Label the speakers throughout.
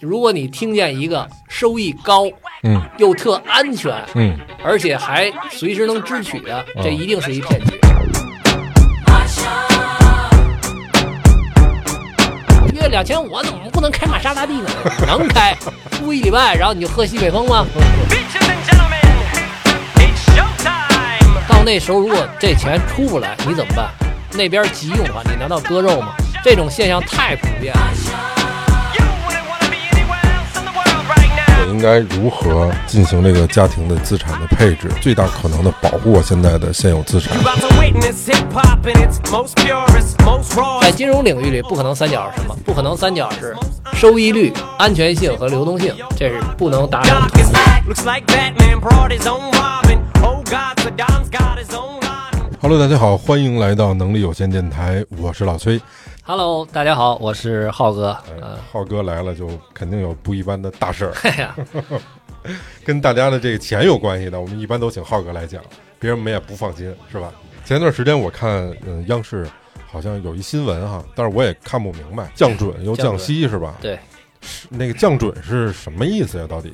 Speaker 1: 如果你听见一个收益高
Speaker 2: 嗯
Speaker 1: 又特安全，
Speaker 2: 嗯，哦
Speaker 1: 而且还随时能支取的，这一定是一骗局。月两千五怎么不能开玛莎拉 蒂呢？能开，租一礼拜，然后你就喝西北风吗？
Speaker 3: Bitches and gentlemen, it's showtime!
Speaker 1: 到那时候如果这钱出不来，你怎么办？那边急用的话，你难道割肉吗？这种现象太普遍了。
Speaker 3: You wouldn't want to be anywhere else in the world right now!
Speaker 2: 我应该如何进行这个家庭的资产的配置，最大可能的保护我现在的现有资产
Speaker 3: You're？about to witness hip hop in its most purest, most raw.
Speaker 1: 在金融领域里，不可能三角是什么？不可能三角是收益率、安全性和流动性，这是不能达成的
Speaker 3: Doc is back, looks like Batman brought his own Robin. Oh God, Saddam's got his own Laden.
Speaker 2: Hello，大家好，欢迎来到能力有限电台，我是老崔。
Speaker 1: Hello，大家好，我是浩哥。呃，
Speaker 2: 浩哥来了就肯定有不一般的大事儿，
Speaker 1: 嘿呀，
Speaker 2: 跟大家的这个钱有关系的，我们一般都请浩哥来讲，别人我们也不放心，是吧？前段时间我看，嗯，央视好像有一新闻哈，但是我也看不明白，降准又降息是吧？
Speaker 1: 对，
Speaker 2: 那个降准是什么意思呀？到底？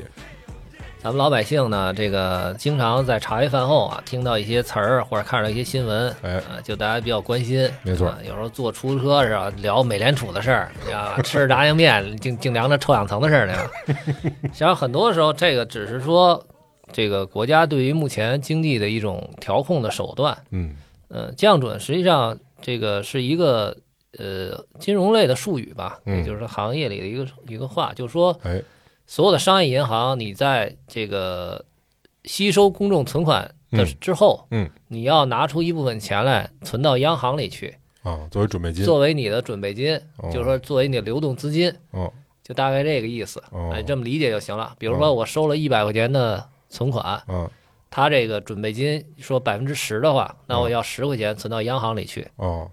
Speaker 1: 咱们老百姓呢，这个经常在茶余饭后啊，听到一些词儿或者看到一些新闻，
Speaker 2: 哎
Speaker 1: 啊就大家比较关心。
Speaker 2: 没错
Speaker 1: 啊有时候坐出租车是吧，聊美联储的事儿， 啊，吃着炸酱面，净净聊着臭氧层的事儿呢。实际上，很多时候这个只是说，这个国家对于目前经济的一种调控的手段。
Speaker 2: 嗯
Speaker 1: 呃，降准实际上这个是一个呃金融类的术语吧，
Speaker 2: 嗯
Speaker 1: 也就是行业里的一个一个话，就是说
Speaker 2: 哎，
Speaker 1: 所有的商业银行，你在这个吸收公众存款的
Speaker 2: 嗯
Speaker 1: 之后，
Speaker 2: 嗯
Speaker 1: 你要拿出一部分钱来存到央行里去，
Speaker 2: 啊，作为准备金，
Speaker 1: 作为你的准备金，
Speaker 2: 哦
Speaker 1: 就是说作为你的流动资金，
Speaker 2: 哦
Speaker 1: 就大概这个意思，
Speaker 2: 哦
Speaker 1: 哎，这么理解就行了。比如
Speaker 2: 哦
Speaker 1: 说我收了一百块钱的存款，
Speaker 2: 啊
Speaker 1: 他这个准备金说百分之十的话，那我要十块钱存到央行里去。
Speaker 2: 哦，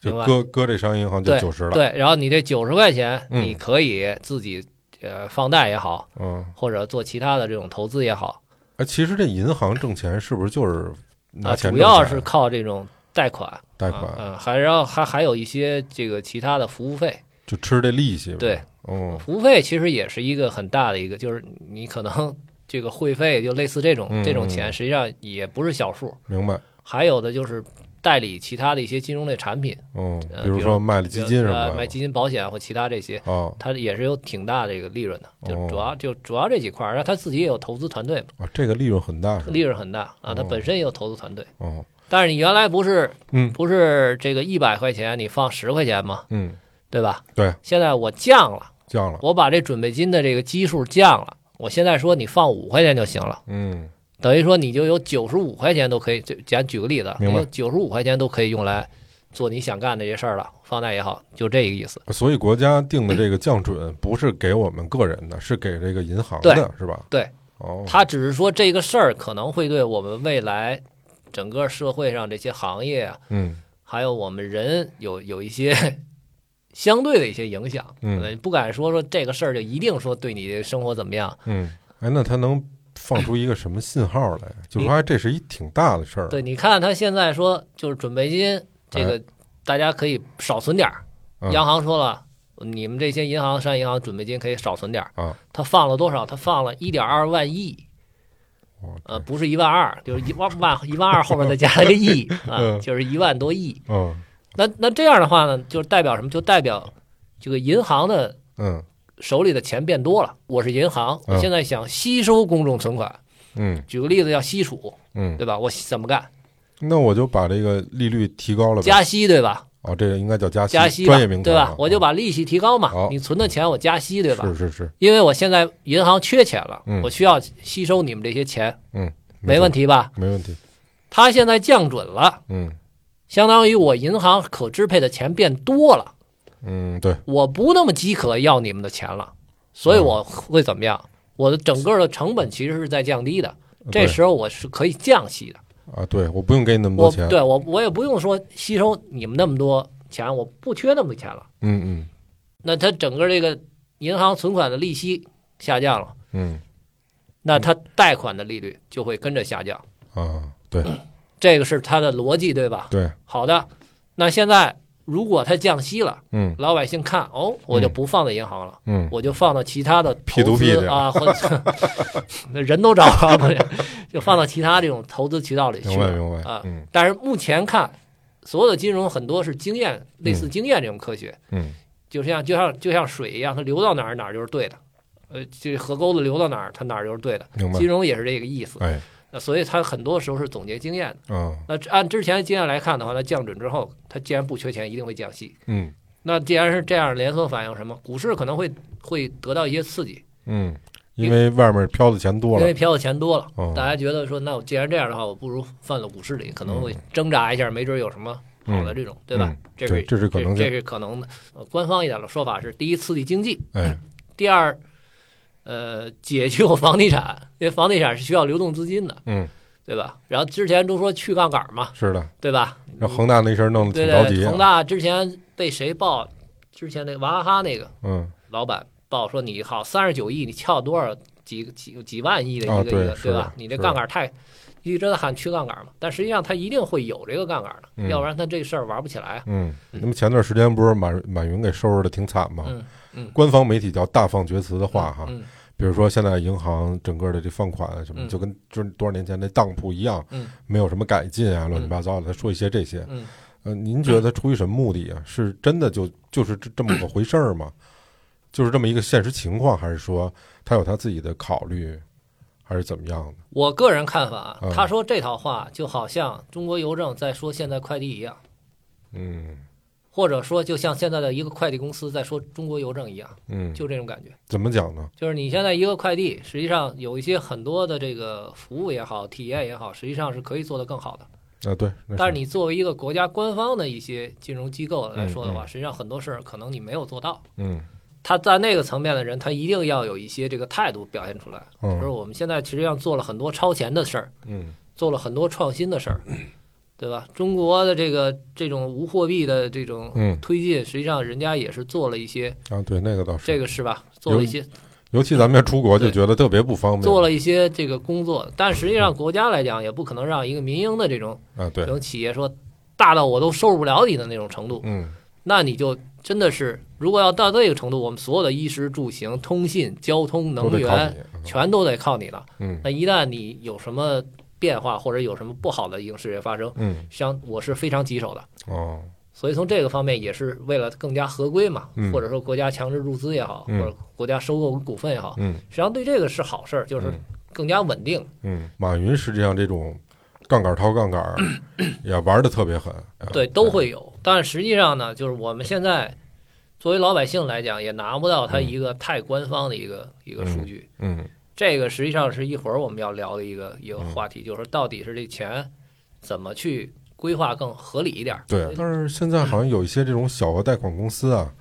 Speaker 2: 就
Speaker 1: 明白
Speaker 2: 搁搁这商业银行就
Speaker 1: 对
Speaker 2: 九十了，，
Speaker 1: 对，然后你这九十块钱，
Speaker 2: 嗯
Speaker 1: 你可以自己呃放贷也好，
Speaker 2: 嗯，
Speaker 1: 或者做其他的这种投资也好，
Speaker 2: 哎，其实这银行挣钱是不是就是拿
Speaker 1: 啊，
Speaker 2: 钱
Speaker 1: 主
Speaker 2: 挣钱啊、
Speaker 1: 要是靠这种贷款，
Speaker 2: 贷款
Speaker 1: 啊嗯，还然后还还有一些这个其他的服务费，
Speaker 2: 就吃这利息呗，
Speaker 1: 对，
Speaker 2: 嗯
Speaker 1: 服务费其实也是一个很大的一个，就是你可能 这个会费就类似这种
Speaker 2: 嗯
Speaker 1: 这种
Speaker 2: 嗯
Speaker 1: 钱，实际上也不是小数，
Speaker 2: 明白，
Speaker 1: 还有的就是代理其他的一些金融类产品，
Speaker 2: 嗯，
Speaker 1: 呃
Speaker 2: 比如
Speaker 1: 比如
Speaker 2: 说卖了基金什么
Speaker 1: 呃，
Speaker 2: 的，
Speaker 1: 买基金、保险或其他这些，
Speaker 2: 哦
Speaker 1: 它也是有挺大的一个利润的，就
Speaker 2: 哦
Speaker 1: 主要就主要这几块儿，然后他自己也有投资团队嘛，
Speaker 2: 啊，这个利润很大是吧？
Speaker 1: 利润很大啊，他
Speaker 2: 哦
Speaker 1: 本身也有投资团队。
Speaker 2: 哦，
Speaker 1: 但是你原来不是
Speaker 2: 嗯
Speaker 1: 不是这个一百块钱你放十块钱吗？
Speaker 2: 嗯，
Speaker 1: 对吧？
Speaker 2: 对，
Speaker 1: 现在我降了，
Speaker 2: 降了，
Speaker 1: 我把这准备金的这个基数降了，我现在说你放五块钱就行了，
Speaker 2: 嗯
Speaker 1: 等于说你就有九十五块钱都可以，就咱举个例子，啊
Speaker 2: 明白
Speaker 1: 九十五块钱都可以用来做你想干的这些事儿了，放贷也好，就这个意思。
Speaker 2: 所以国家定的这个降准不是给我们个人的，是给这个银行的，是吧？
Speaker 1: 对，
Speaker 2: 哦，
Speaker 1: 他只是说这个事儿可能会对我们未来整个社会上这些行业啊，
Speaker 2: 嗯
Speaker 1: 还有我们人有有一些相对的一些影响，
Speaker 2: 嗯
Speaker 1: 可能不敢说说这个事儿就一定说对你的生活怎么样，
Speaker 2: 嗯，哎，那他能放出一个什么信号来？就说哎这是一挺大的事儿，
Speaker 1: 对，你看他现在说就是准备金这个，大家可以少存点儿。
Speaker 2: 嗯
Speaker 1: 央行说了，你们这些银行、商业银行准备金可以少存点儿。
Speaker 2: 啊，
Speaker 1: 他放了多少？他放了一点二万亿，
Speaker 2: 我
Speaker 1: 呃，不是一万二，就是一万万一万二后面再加了个 亿啊
Speaker 2: 嗯，
Speaker 1: 就是一万多亿。
Speaker 2: 嗯
Speaker 1: 那那这样的话呢，就是代表什么？就代表这个银行的
Speaker 2: 嗯
Speaker 1: 手里的钱变多了。我是银行，
Speaker 2: 嗯
Speaker 1: 我现在想吸收公众存款，
Speaker 2: 嗯
Speaker 1: 举个例子叫吸储，
Speaker 2: 嗯，
Speaker 1: 对吧？我怎么干？
Speaker 2: 那我就把这个利率提高了呗，
Speaker 1: 加息，对吧？
Speaker 2: 哦，这个应该叫加息，
Speaker 1: 加息吧
Speaker 2: 专业名词
Speaker 1: 对吧？我就
Speaker 2: 把
Speaker 1: 把利息提高
Speaker 2: 好
Speaker 1: 嘛，你存的钱我加息，对吧？
Speaker 2: 是是是，
Speaker 1: 因为我现在银行缺钱了
Speaker 2: 嗯，
Speaker 1: 我需要吸收你们这些钱，
Speaker 2: 嗯，
Speaker 1: 没问，题吧？
Speaker 2: 没问题，
Speaker 1: 他现在降准了，
Speaker 2: 嗯
Speaker 1: 相当于我银行可支配的钱变多了，
Speaker 2: 嗯，对，
Speaker 1: 我不那么饥渴要你们的钱了，所以
Speaker 2: 嗯
Speaker 1: 我会怎么样？我的整个的成本其实是在降低的，这
Speaker 2: 对
Speaker 1: 时候我是可以降息的。
Speaker 2: 啊，对，我不用给你那么
Speaker 1: 我
Speaker 2: 多钱，
Speaker 1: 对我我也不用说吸收你们那么多钱，我不缺那么多钱了。
Speaker 2: 嗯
Speaker 1: 那它整个这个银行存款的利息下降了，
Speaker 2: 嗯
Speaker 1: 那它贷款的利率就会跟着下降，
Speaker 2: 嗯啊，对
Speaker 1: 这个是它的逻辑，对吧？
Speaker 2: 对，
Speaker 1: 好的，那现在如果它降息了，
Speaker 2: 嗯
Speaker 1: 老百姓看哦，我就不放在银行了，
Speaker 2: 嗯，
Speaker 1: 我就放到其他的投
Speaker 2: P2P
Speaker 1: 资
Speaker 2: 去
Speaker 1: 啊，或者 那人都找不着了，就放到其他这种投资渠道里去
Speaker 2: 明白
Speaker 1: 了。
Speaker 2: 明白
Speaker 1: 啊，
Speaker 2: 嗯
Speaker 1: 但是目前看，所有的金融很多是经验，类似经验这种科学，
Speaker 2: 嗯
Speaker 1: 就像就像就像水一样，它流到哪儿哪儿就是对的，呃，这河沟子流到哪儿它哪儿就是对的。
Speaker 2: 明白
Speaker 1: 金，融也是这个意思，
Speaker 2: 哎
Speaker 1: 那所以它很多时候是总结经验的。
Speaker 2: 啊
Speaker 1: 那按之前经验来看的话，那降准之后，它既然不缺钱，一定会降息。
Speaker 2: 嗯
Speaker 1: 那既然是这样，连锁反应什么？股市可能会会得到一些刺激，
Speaker 2: 嗯，因为外面飘的钱多
Speaker 1: 因
Speaker 2: 了
Speaker 1: 为，飘的钱多了，
Speaker 2: 哦
Speaker 1: 大家觉得说，那我既然这样的话，我不如放到股市里，可能会挣扎一下，没准有什么好的这种，对吧？
Speaker 2: 嗯
Speaker 1: 这
Speaker 2: 对
Speaker 1: 是
Speaker 2: 这是可能性
Speaker 1: 这是可能的。呃官方一点的说法是：第一，刺激经济；
Speaker 2: 哎
Speaker 1: 第二，呃，解救房地产，因为房地产是需要流动资金的，
Speaker 2: 嗯，
Speaker 1: 对吧？然后之前都说去杠杆嘛，
Speaker 2: 是的，
Speaker 1: 对吧？
Speaker 2: 让恒大那事儿弄得
Speaker 1: 对
Speaker 2: 挺着急
Speaker 1: 对，
Speaker 2: 啊，
Speaker 1: 恒大之前被谁爆？之前那个娃哈哈那个
Speaker 2: 嗯
Speaker 1: 老板爆说你好三十九亿，你撬多少几几几万亿的
Speaker 2: 啊
Speaker 1: 一个一个、
Speaker 2: 对是
Speaker 1: 对
Speaker 2: 的
Speaker 1: 吧？你这
Speaker 2: 是的
Speaker 1: 杠杆太一直在喊去杠杆嘛，但实际上他一定会有这个杠杆的，
Speaker 2: 嗯
Speaker 1: 要不然他这事儿玩不起来啊。
Speaker 2: 嗯，那么前段时间不是马马云给收拾的挺惨吗？
Speaker 1: 嗯嗯
Speaker 2: 官方媒体叫大放厥词的话哈，
Speaker 1: 嗯
Speaker 2: 比如说现在银行整个的这放款啊什么，
Speaker 1: 嗯
Speaker 2: 就跟就是多少年前那当铺一样，
Speaker 1: 嗯
Speaker 2: 没有什么改进啊，乱七八糟的。他说一些这些，
Speaker 1: 嗯，
Speaker 2: 呃，您觉得出于什么目的啊？是真的就就是这这么个回事儿吗？就是这么一个现实情况，还是说他有他自己的考虑，还是怎么样的？
Speaker 1: 我个人看法啊
Speaker 2: 嗯，
Speaker 1: 他说这套话就好像中国邮政在说现在快递一样，
Speaker 2: 嗯
Speaker 1: 或者说就像现在的一个快递公司在说中国邮政一样，
Speaker 2: 嗯，
Speaker 1: 就这种感觉。
Speaker 2: 怎么讲呢？
Speaker 1: 就是你现在一个快递，实际上有一些很多的这个服务也好，体验也好，实际上是可以做得更好的。
Speaker 2: 啊，对，那
Speaker 1: 但是你作为一个国家官方的一些金融机构来说的
Speaker 2: 嗯
Speaker 1: 话，实际上很多事儿可能你没有做到。
Speaker 2: 嗯
Speaker 1: 他在那个层面的人，他一定要有一些这个态度表现出来。
Speaker 2: 嗯
Speaker 1: 就是我们现在实际上做了很多超前的事儿，
Speaker 2: 嗯
Speaker 1: 做了很多创新的事儿，对吧？中国的这个这种无货币的这种
Speaker 2: 嗯
Speaker 1: 推进，实际上人家也是做了一些，
Speaker 2: 啊，对，那个倒是
Speaker 1: 这个是吧？做了一些
Speaker 2: 尤其咱们要出国就
Speaker 1: 对
Speaker 2: 觉得特别不方便。
Speaker 1: 做了一些这个工作，但实际上国家来讲，也不可能让一个民营的这种
Speaker 2: 啊，对
Speaker 1: 这，种企业说大到我都收拾不了你的那种程度，
Speaker 2: 嗯
Speaker 1: 那你就真的是如果要到这个程度，我们所有的衣食住行、通信、交通、
Speaker 2: 都
Speaker 1: 能
Speaker 2: 得靠
Speaker 1: 源
Speaker 2: 你
Speaker 1: 全都得靠你了。
Speaker 2: 嗯
Speaker 1: 那一旦你有什么变化或者有什么不好的一个事件发生，
Speaker 2: 嗯
Speaker 1: 像我是非常棘手的。
Speaker 2: 哦，
Speaker 1: 所以从这个方面也是为了更加合规嘛，
Speaker 2: 嗯
Speaker 1: 或者说国家强制入资也好，
Speaker 2: 嗯
Speaker 1: 或者国家收购股份也好，
Speaker 2: 嗯
Speaker 1: 实际上对这个是好事儿，就是
Speaker 2: 嗯
Speaker 1: 更加稳定。
Speaker 2: 嗯，马云实际上这种杠杆掏杠杆儿也玩的特别狠，啊
Speaker 1: 对，都会有。但实际上呢，就是我们现在作为老百姓来讲，也拿不到它一个太官方的一个、一个数据。
Speaker 2: 嗯
Speaker 1: 这个实际上是一会儿我们要聊的一个一个话题，就是说到底是这钱怎么去规划更合理一点儿。
Speaker 2: 对，但是现在好像有一些这种小额贷款公司啊，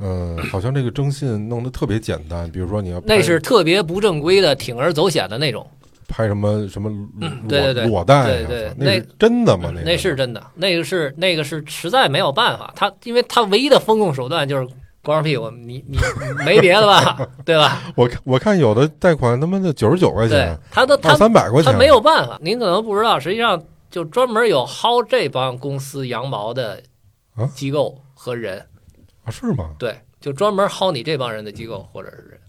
Speaker 2: 嗯、好像这个征信弄得特别简单，比如说你要拍
Speaker 1: 那是特别不正规的铤而走险的那种，
Speaker 2: 拍什么什么裸
Speaker 1: 对对对
Speaker 2: 裸贷、啊，
Speaker 1: 对对
Speaker 2: 那是真的吗？那个
Speaker 1: 那是真的，那个是那个是实在没有办法，他因为他唯一的风控手段就是光着屁股，你你你没别的 吧，对吧？
Speaker 2: 我看我看有的贷款他妈的九十九块
Speaker 1: 对
Speaker 2: 钱，，
Speaker 1: 他的他
Speaker 2: 二三百块钱，
Speaker 1: 他没有办法。您可能不知道，实际上就专门有薅这帮公司羊毛的
Speaker 2: 啊
Speaker 1: 机构和人，
Speaker 2: 啊是吗？
Speaker 1: 对，就专门薅你这帮人的机构或者是人。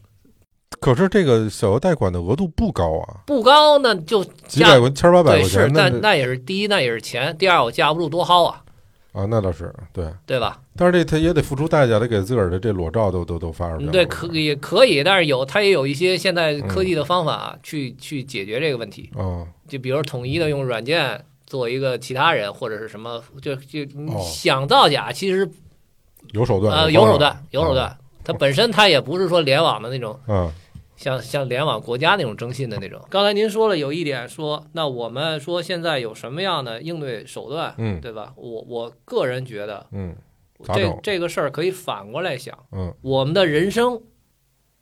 Speaker 2: 可是这个小额贷款的额度不高啊，
Speaker 1: 不高呢，就
Speaker 2: 几百
Speaker 1: 加
Speaker 2: 块千八百
Speaker 1: 对
Speaker 2: 块
Speaker 1: 是
Speaker 2: 钱，，那
Speaker 1: 但那也是第一，那也是钱；第二，我架不住多薅啊，
Speaker 2: 啊那倒是对，
Speaker 1: 对吧？
Speaker 2: 但是这他也得付出代价，得给自个儿的这裸照都都都发出去。
Speaker 1: 嗯对，可也可以，但是有它也有一些现在科
Speaker 2: 嗯
Speaker 1: 技的方法去去解决这个问题，
Speaker 2: 啊，
Speaker 1: 就比如统一的用软件做一个其他人或者是什么，就就你
Speaker 2: 哦
Speaker 1: 想造假，其实
Speaker 2: 有手段，
Speaker 1: 呃，
Speaker 2: 有
Speaker 1: 有
Speaker 2: 方
Speaker 1: 手
Speaker 2: 法嗯
Speaker 1: 段，有手段。它本身它也不是说联网的那种，
Speaker 2: 啊，
Speaker 1: 像像联网国家那种征信的那种。刚才您说了有一点说，那我们说现在有什么样的应对手段，
Speaker 2: 嗯
Speaker 1: 对吧？我我个人觉得
Speaker 2: 嗯咋
Speaker 1: 这
Speaker 2: 整
Speaker 1: 这个事儿可以反过来想，
Speaker 2: 嗯
Speaker 1: 我们的人生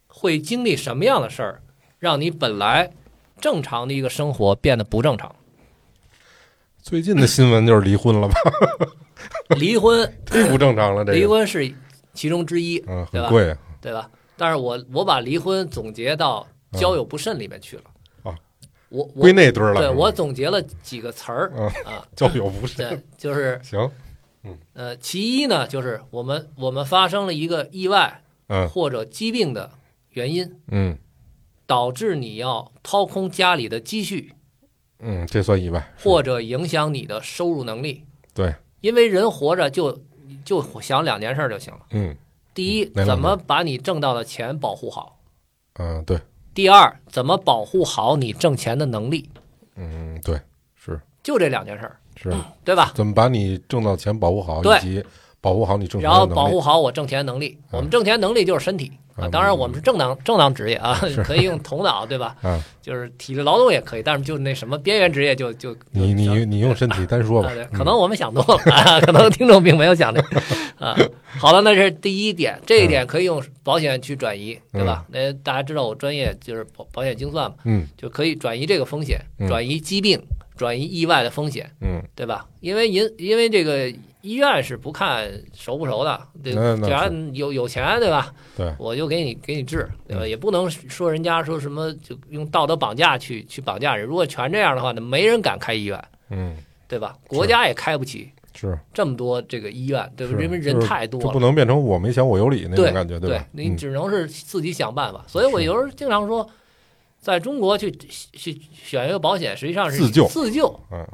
Speaker 1: 会经历什么样的事儿，让你本来正常的一个生活变得不正 常？
Speaker 2: 最近的新闻就是离婚了吧？
Speaker 1: 离婚，
Speaker 2: 忒不正常了，这个
Speaker 1: 离婚是其中之一，
Speaker 2: 嗯
Speaker 1: 对
Speaker 2: 很
Speaker 1: 吧
Speaker 2: 贵啊
Speaker 1: 对吧？但是我我把离婚总结到交友不慎里面去了。
Speaker 2: 嗯啊，
Speaker 1: 我我
Speaker 2: 归 那堆儿了。
Speaker 1: 对
Speaker 2: 是吧
Speaker 1: 我总结了几个词儿
Speaker 2: 嗯
Speaker 1: 啊，
Speaker 2: 交友不慎，
Speaker 1: 对，就是
Speaker 2: 行嗯，
Speaker 1: 呃，其一呢，就是我们我们发生了一个意外
Speaker 2: 嗯
Speaker 1: 或者疾病的原因，
Speaker 2: 嗯
Speaker 1: 导致你要掏空家里的积蓄，
Speaker 2: 嗯，这算意外，
Speaker 1: 或者影响你的收入能力。
Speaker 2: 对，
Speaker 1: 因为人活着就就想两件事儿就行了：
Speaker 2: 嗯
Speaker 1: 第一，
Speaker 2: 哪两件
Speaker 1: 怎么把你挣到的钱保护好；
Speaker 2: 嗯，对，
Speaker 1: 第二，怎么保护好你挣钱的能力。
Speaker 2: 嗯对，是
Speaker 1: 就这两件事儿，
Speaker 2: 是，
Speaker 1: 对吧？
Speaker 2: 怎么把你挣到钱保护好，
Speaker 1: 对
Speaker 2: 以及保护好你挣钱
Speaker 1: 然
Speaker 2: 的
Speaker 1: 后
Speaker 2: 能力，
Speaker 1: 保护好我挣钱能力。我们挣钱能力就是身体啊，
Speaker 2: 嗯
Speaker 1: 当然我们是正当正当职业啊，可以用头脑对吧？
Speaker 2: 嗯
Speaker 1: 就是体力劳动也可以，但是就那什么边缘职业就就
Speaker 2: 你你你用身体单说吧
Speaker 1: 啊，对，，
Speaker 2: 嗯
Speaker 1: 可能我们想多了，啊，可能听众并没有想这 啊。好了，那是第一点，这一点可以用保险去转移，对吧？那大家知道我专业就是保保险精算嘛，
Speaker 2: 嗯
Speaker 1: 就可以转移这个风险，
Speaker 2: 嗯
Speaker 1: 转移疾病，转移意外的风险。
Speaker 2: 嗯，
Speaker 1: 对吧？因为银，因为这个医院是不看熟不熟的，对，
Speaker 2: 那
Speaker 1: 只
Speaker 2: 那
Speaker 1: 要有有钱，对吧？
Speaker 2: 对嗯
Speaker 1: 我就给你给你治，对吧？也不能说人家说什么就用道德绑架去去绑架人。如果全这样的话，那没人敢开医院，
Speaker 2: 嗯
Speaker 1: 对吧？国家也开不起
Speaker 2: 是，
Speaker 1: 这么多这个医院，对吧？
Speaker 2: 是
Speaker 1: 因为人
Speaker 2: 就是
Speaker 1: 太
Speaker 2: 这
Speaker 1: 多
Speaker 2: 不
Speaker 1: 了，
Speaker 2: 能变成我没钱我有理那种
Speaker 1: 对
Speaker 2: 感觉，吧？
Speaker 1: 你
Speaker 2: 嗯
Speaker 1: 只能是自己想办法。所以我
Speaker 2: 是
Speaker 1: 有时候经常说，在中国去去选一个保险，实际上是
Speaker 2: 自救
Speaker 1: 自救
Speaker 2: 嗯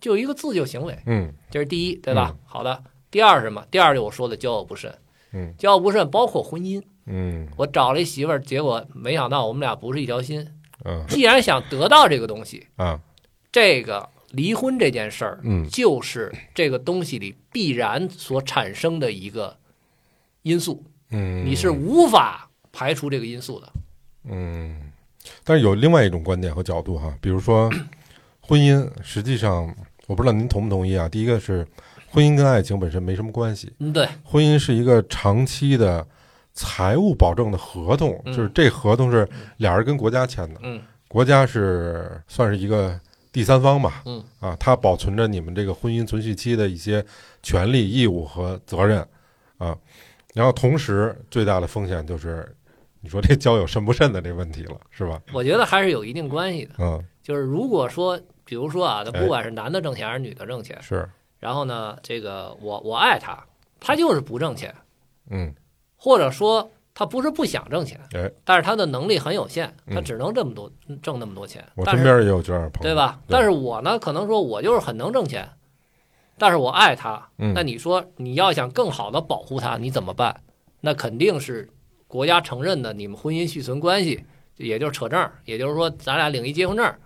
Speaker 1: 就一个自救行为。
Speaker 2: 嗯
Speaker 1: 这是第一，对吧？好的，第二是什么？第二就我说的交友不慎，
Speaker 2: 嗯
Speaker 1: 交友不慎包括婚姻。
Speaker 2: 嗯
Speaker 1: 我找了一媳妇儿，结果没想到我们俩不是一条心。
Speaker 2: 嗯
Speaker 1: 既然想得到这个东西，
Speaker 2: 啊
Speaker 1: 这个离婚这件事儿，
Speaker 2: 嗯
Speaker 1: 就是这个东西里必然所产生的一个因素，
Speaker 2: 嗯，
Speaker 1: 你是无法排除这个因素的。
Speaker 2: 嗯，但是有另外一种观点和角度哈，比如说婚姻，实际上我不知道您同不同意啊。第一个是婚姻跟爱情本身没什么关系，
Speaker 1: 嗯，对，
Speaker 2: 婚姻是一个长期的财务保证的合同，
Speaker 1: 嗯
Speaker 2: 就是这合同是俩人跟国家签的，
Speaker 1: 嗯
Speaker 2: 国家是算是一个第三方吧，
Speaker 1: 嗯
Speaker 2: 啊，它保存着你们这个婚姻存续期的一些权利、义务和责任啊。然后同时，最大的风险就是你说这交友慎不慎的这问题了，是吧？
Speaker 1: 我觉得还是有一定关系的。
Speaker 2: 嗯，
Speaker 1: 就是如果说，比如说啊，他
Speaker 2: 哎
Speaker 1: 不管是男的挣钱还是女的挣钱，
Speaker 2: 是，
Speaker 1: 然后呢，这个我我爱他，他就是不挣钱，
Speaker 2: 嗯
Speaker 1: 或者说他不是不想挣钱，
Speaker 2: 哎
Speaker 1: 但是他的能力很有限，
Speaker 2: 嗯
Speaker 1: 他只能这么多、挣那么多钱。
Speaker 2: 我
Speaker 1: 但
Speaker 2: 身
Speaker 1: 是
Speaker 2: 边也有这样的朋
Speaker 1: 对
Speaker 2: 友，
Speaker 1: 吧？但是我呢，可能说我就是很能挣钱，但是我爱他。
Speaker 2: 嗯
Speaker 1: 那你说你要想更好的保护他，你怎么办？那肯定是国家承认的你们婚姻续存关系，也就是扯证儿，也就是说咱俩领一结婚证儿。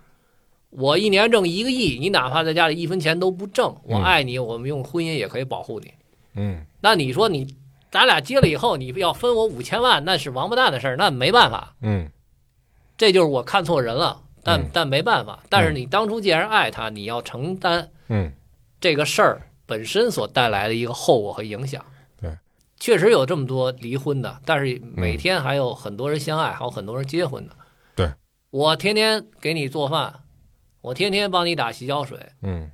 Speaker 1: 我一年挣一个亿，你哪怕在家里一分钱都不挣，我
Speaker 2: 嗯
Speaker 1: 爱你，我们用婚姻也可以保护你。
Speaker 2: 嗯
Speaker 1: 那你说你，咱俩结了以后，你要分我五千万，那是王八蛋的事儿，那没办法，
Speaker 2: 嗯
Speaker 1: 这就是我看错人了，但、
Speaker 2: 嗯
Speaker 1: 但没办法。但是你当初既然爱他，你要承担
Speaker 2: 嗯，
Speaker 1: 这个事儿本身所带来的一个后果和影响。
Speaker 2: 对，
Speaker 1: 确实有这么多离婚的，但是每天还有很多人相爱，还有很多人结婚的。
Speaker 2: 对，
Speaker 1: 我天天给你做饭，我天天帮你打洗脚水，
Speaker 2: 嗯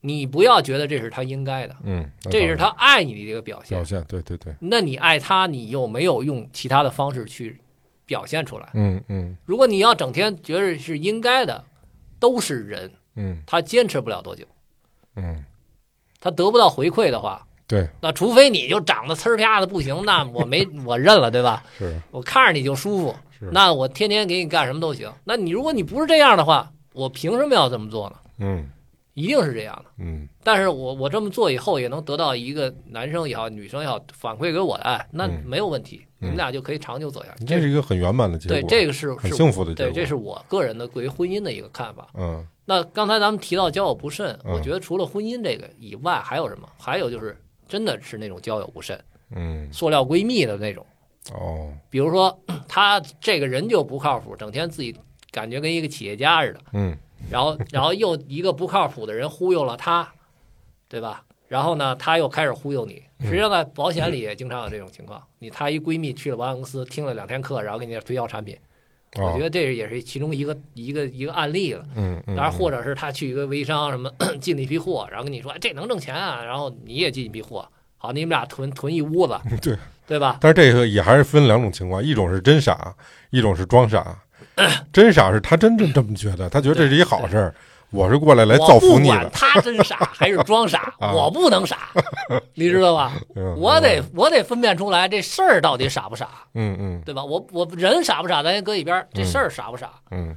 Speaker 1: 你不要觉得这是他应该的，
Speaker 2: 嗯，那
Speaker 1: 这是
Speaker 2: 当然
Speaker 1: 他爱你的一个表现
Speaker 2: 表。现，对对对，
Speaker 1: 那你爱他，你有没有用其他的方式去表现出来？
Speaker 2: 嗯嗯
Speaker 1: 如果你要整天觉得是应该的，都是人，
Speaker 2: 嗯
Speaker 1: 他坚持不了多久，
Speaker 2: 嗯，
Speaker 1: 他得不到回馈的话，
Speaker 2: 对，
Speaker 1: 那除非你就长得呲儿啪的不行，那我 没我认了，对吧？
Speaker 2: 是
Speaker 1: 我看着你就舒服，
Speaker 2: 是，
Speaker 1: 那我天天给你干什么都行。那你如果你不是这样的话，我凭什么要这么做呢？
Speaker 2: 嗯
Speaker 1: 一定是这样的。
Speaker 2: 嗯
Speaker 1: 但是我我这么做以后，也能得到一个男生也好，女生也好反馈给我的爱，那
Speaker 2: 嗯
Speaker 1: 没有问题，你
Speaker 2: 嗯
Speaker 1: 们俩就可以长久走下去。
Speaker 2: 这是一个很圆满的结果，
Speaker 1: 对，这个是
Speaker 2: 很
Speaker 1: 是
Speaker 2: 幸福的结
Speaker 1: 对，
Speaker 2: 果，
Speaker 1: 这是我个人的对于婚姻的一个看法。
Speaker 2: 嗯
Speaker 1: 那刚才咱们提到交友不慎，
Speaker 2: 嗯
Speaker 1: 我觉得除了婚姻这个以外，还有什么？还有就是真的是那种交友不慎，
Speaker 2: 嗯
Speaker 1: 塑料闺蜜的那种。
Speaker 2: 哦
Speaker 1: 比如说 他这个人就不靠谱，整天自己感觉跟一个企业家似的，
Speaker 2: 嗯
Speaker 1: 然后然后又一个不靠谱的人忽悠了他，对吧？然后呢，他又开始忽悠你。
Speaker 2: 嗯
Speaker 1: 实际上，在保险里也经常有这种情况。你她一闺蜜去了保险公司，听了两天课，然后给你推销产品。我觉
Speaker 2: 哦
Speaker 1: 得这也是其中一个一个一个案例了。
Speaker 2: 嗯嗯，
Speaker 1: 当然，或者是他去一个微商什么进了一批货，然后跟你说、哎、这能挣钱啊，然后你也进一批货，好，你们俩囤囤一屋子，
Speaker 2: 对，
Speaker 1: 对吧？
Speaker 2: 但是这个也还是分两种情况，一种是真 傻，一种是装傻。真傻是他真正这么觉得，他觉得这是一好事儿，我是过来来造
Speaker 1: 我
Speaker 2: 福
Speaker 1: 不
Speaker 2: 你
Speaker 1: 管
Speaker 2: 的。
Speaker 1: 他真 傻还是装傻，
Speaker 2: 啊
Speaker 1: 我不能 傻，你知道吧
Speaker 2: 嗯？
Speaker 1: 我得我得分辨出来这事儿到底傻不傻，
Speaker 2: 嗯嗯
Speaker 1: 对吧？我我人傻不傻，咱先搁一边儿，这事儿傻不傻，
Speaker 2: 嗯，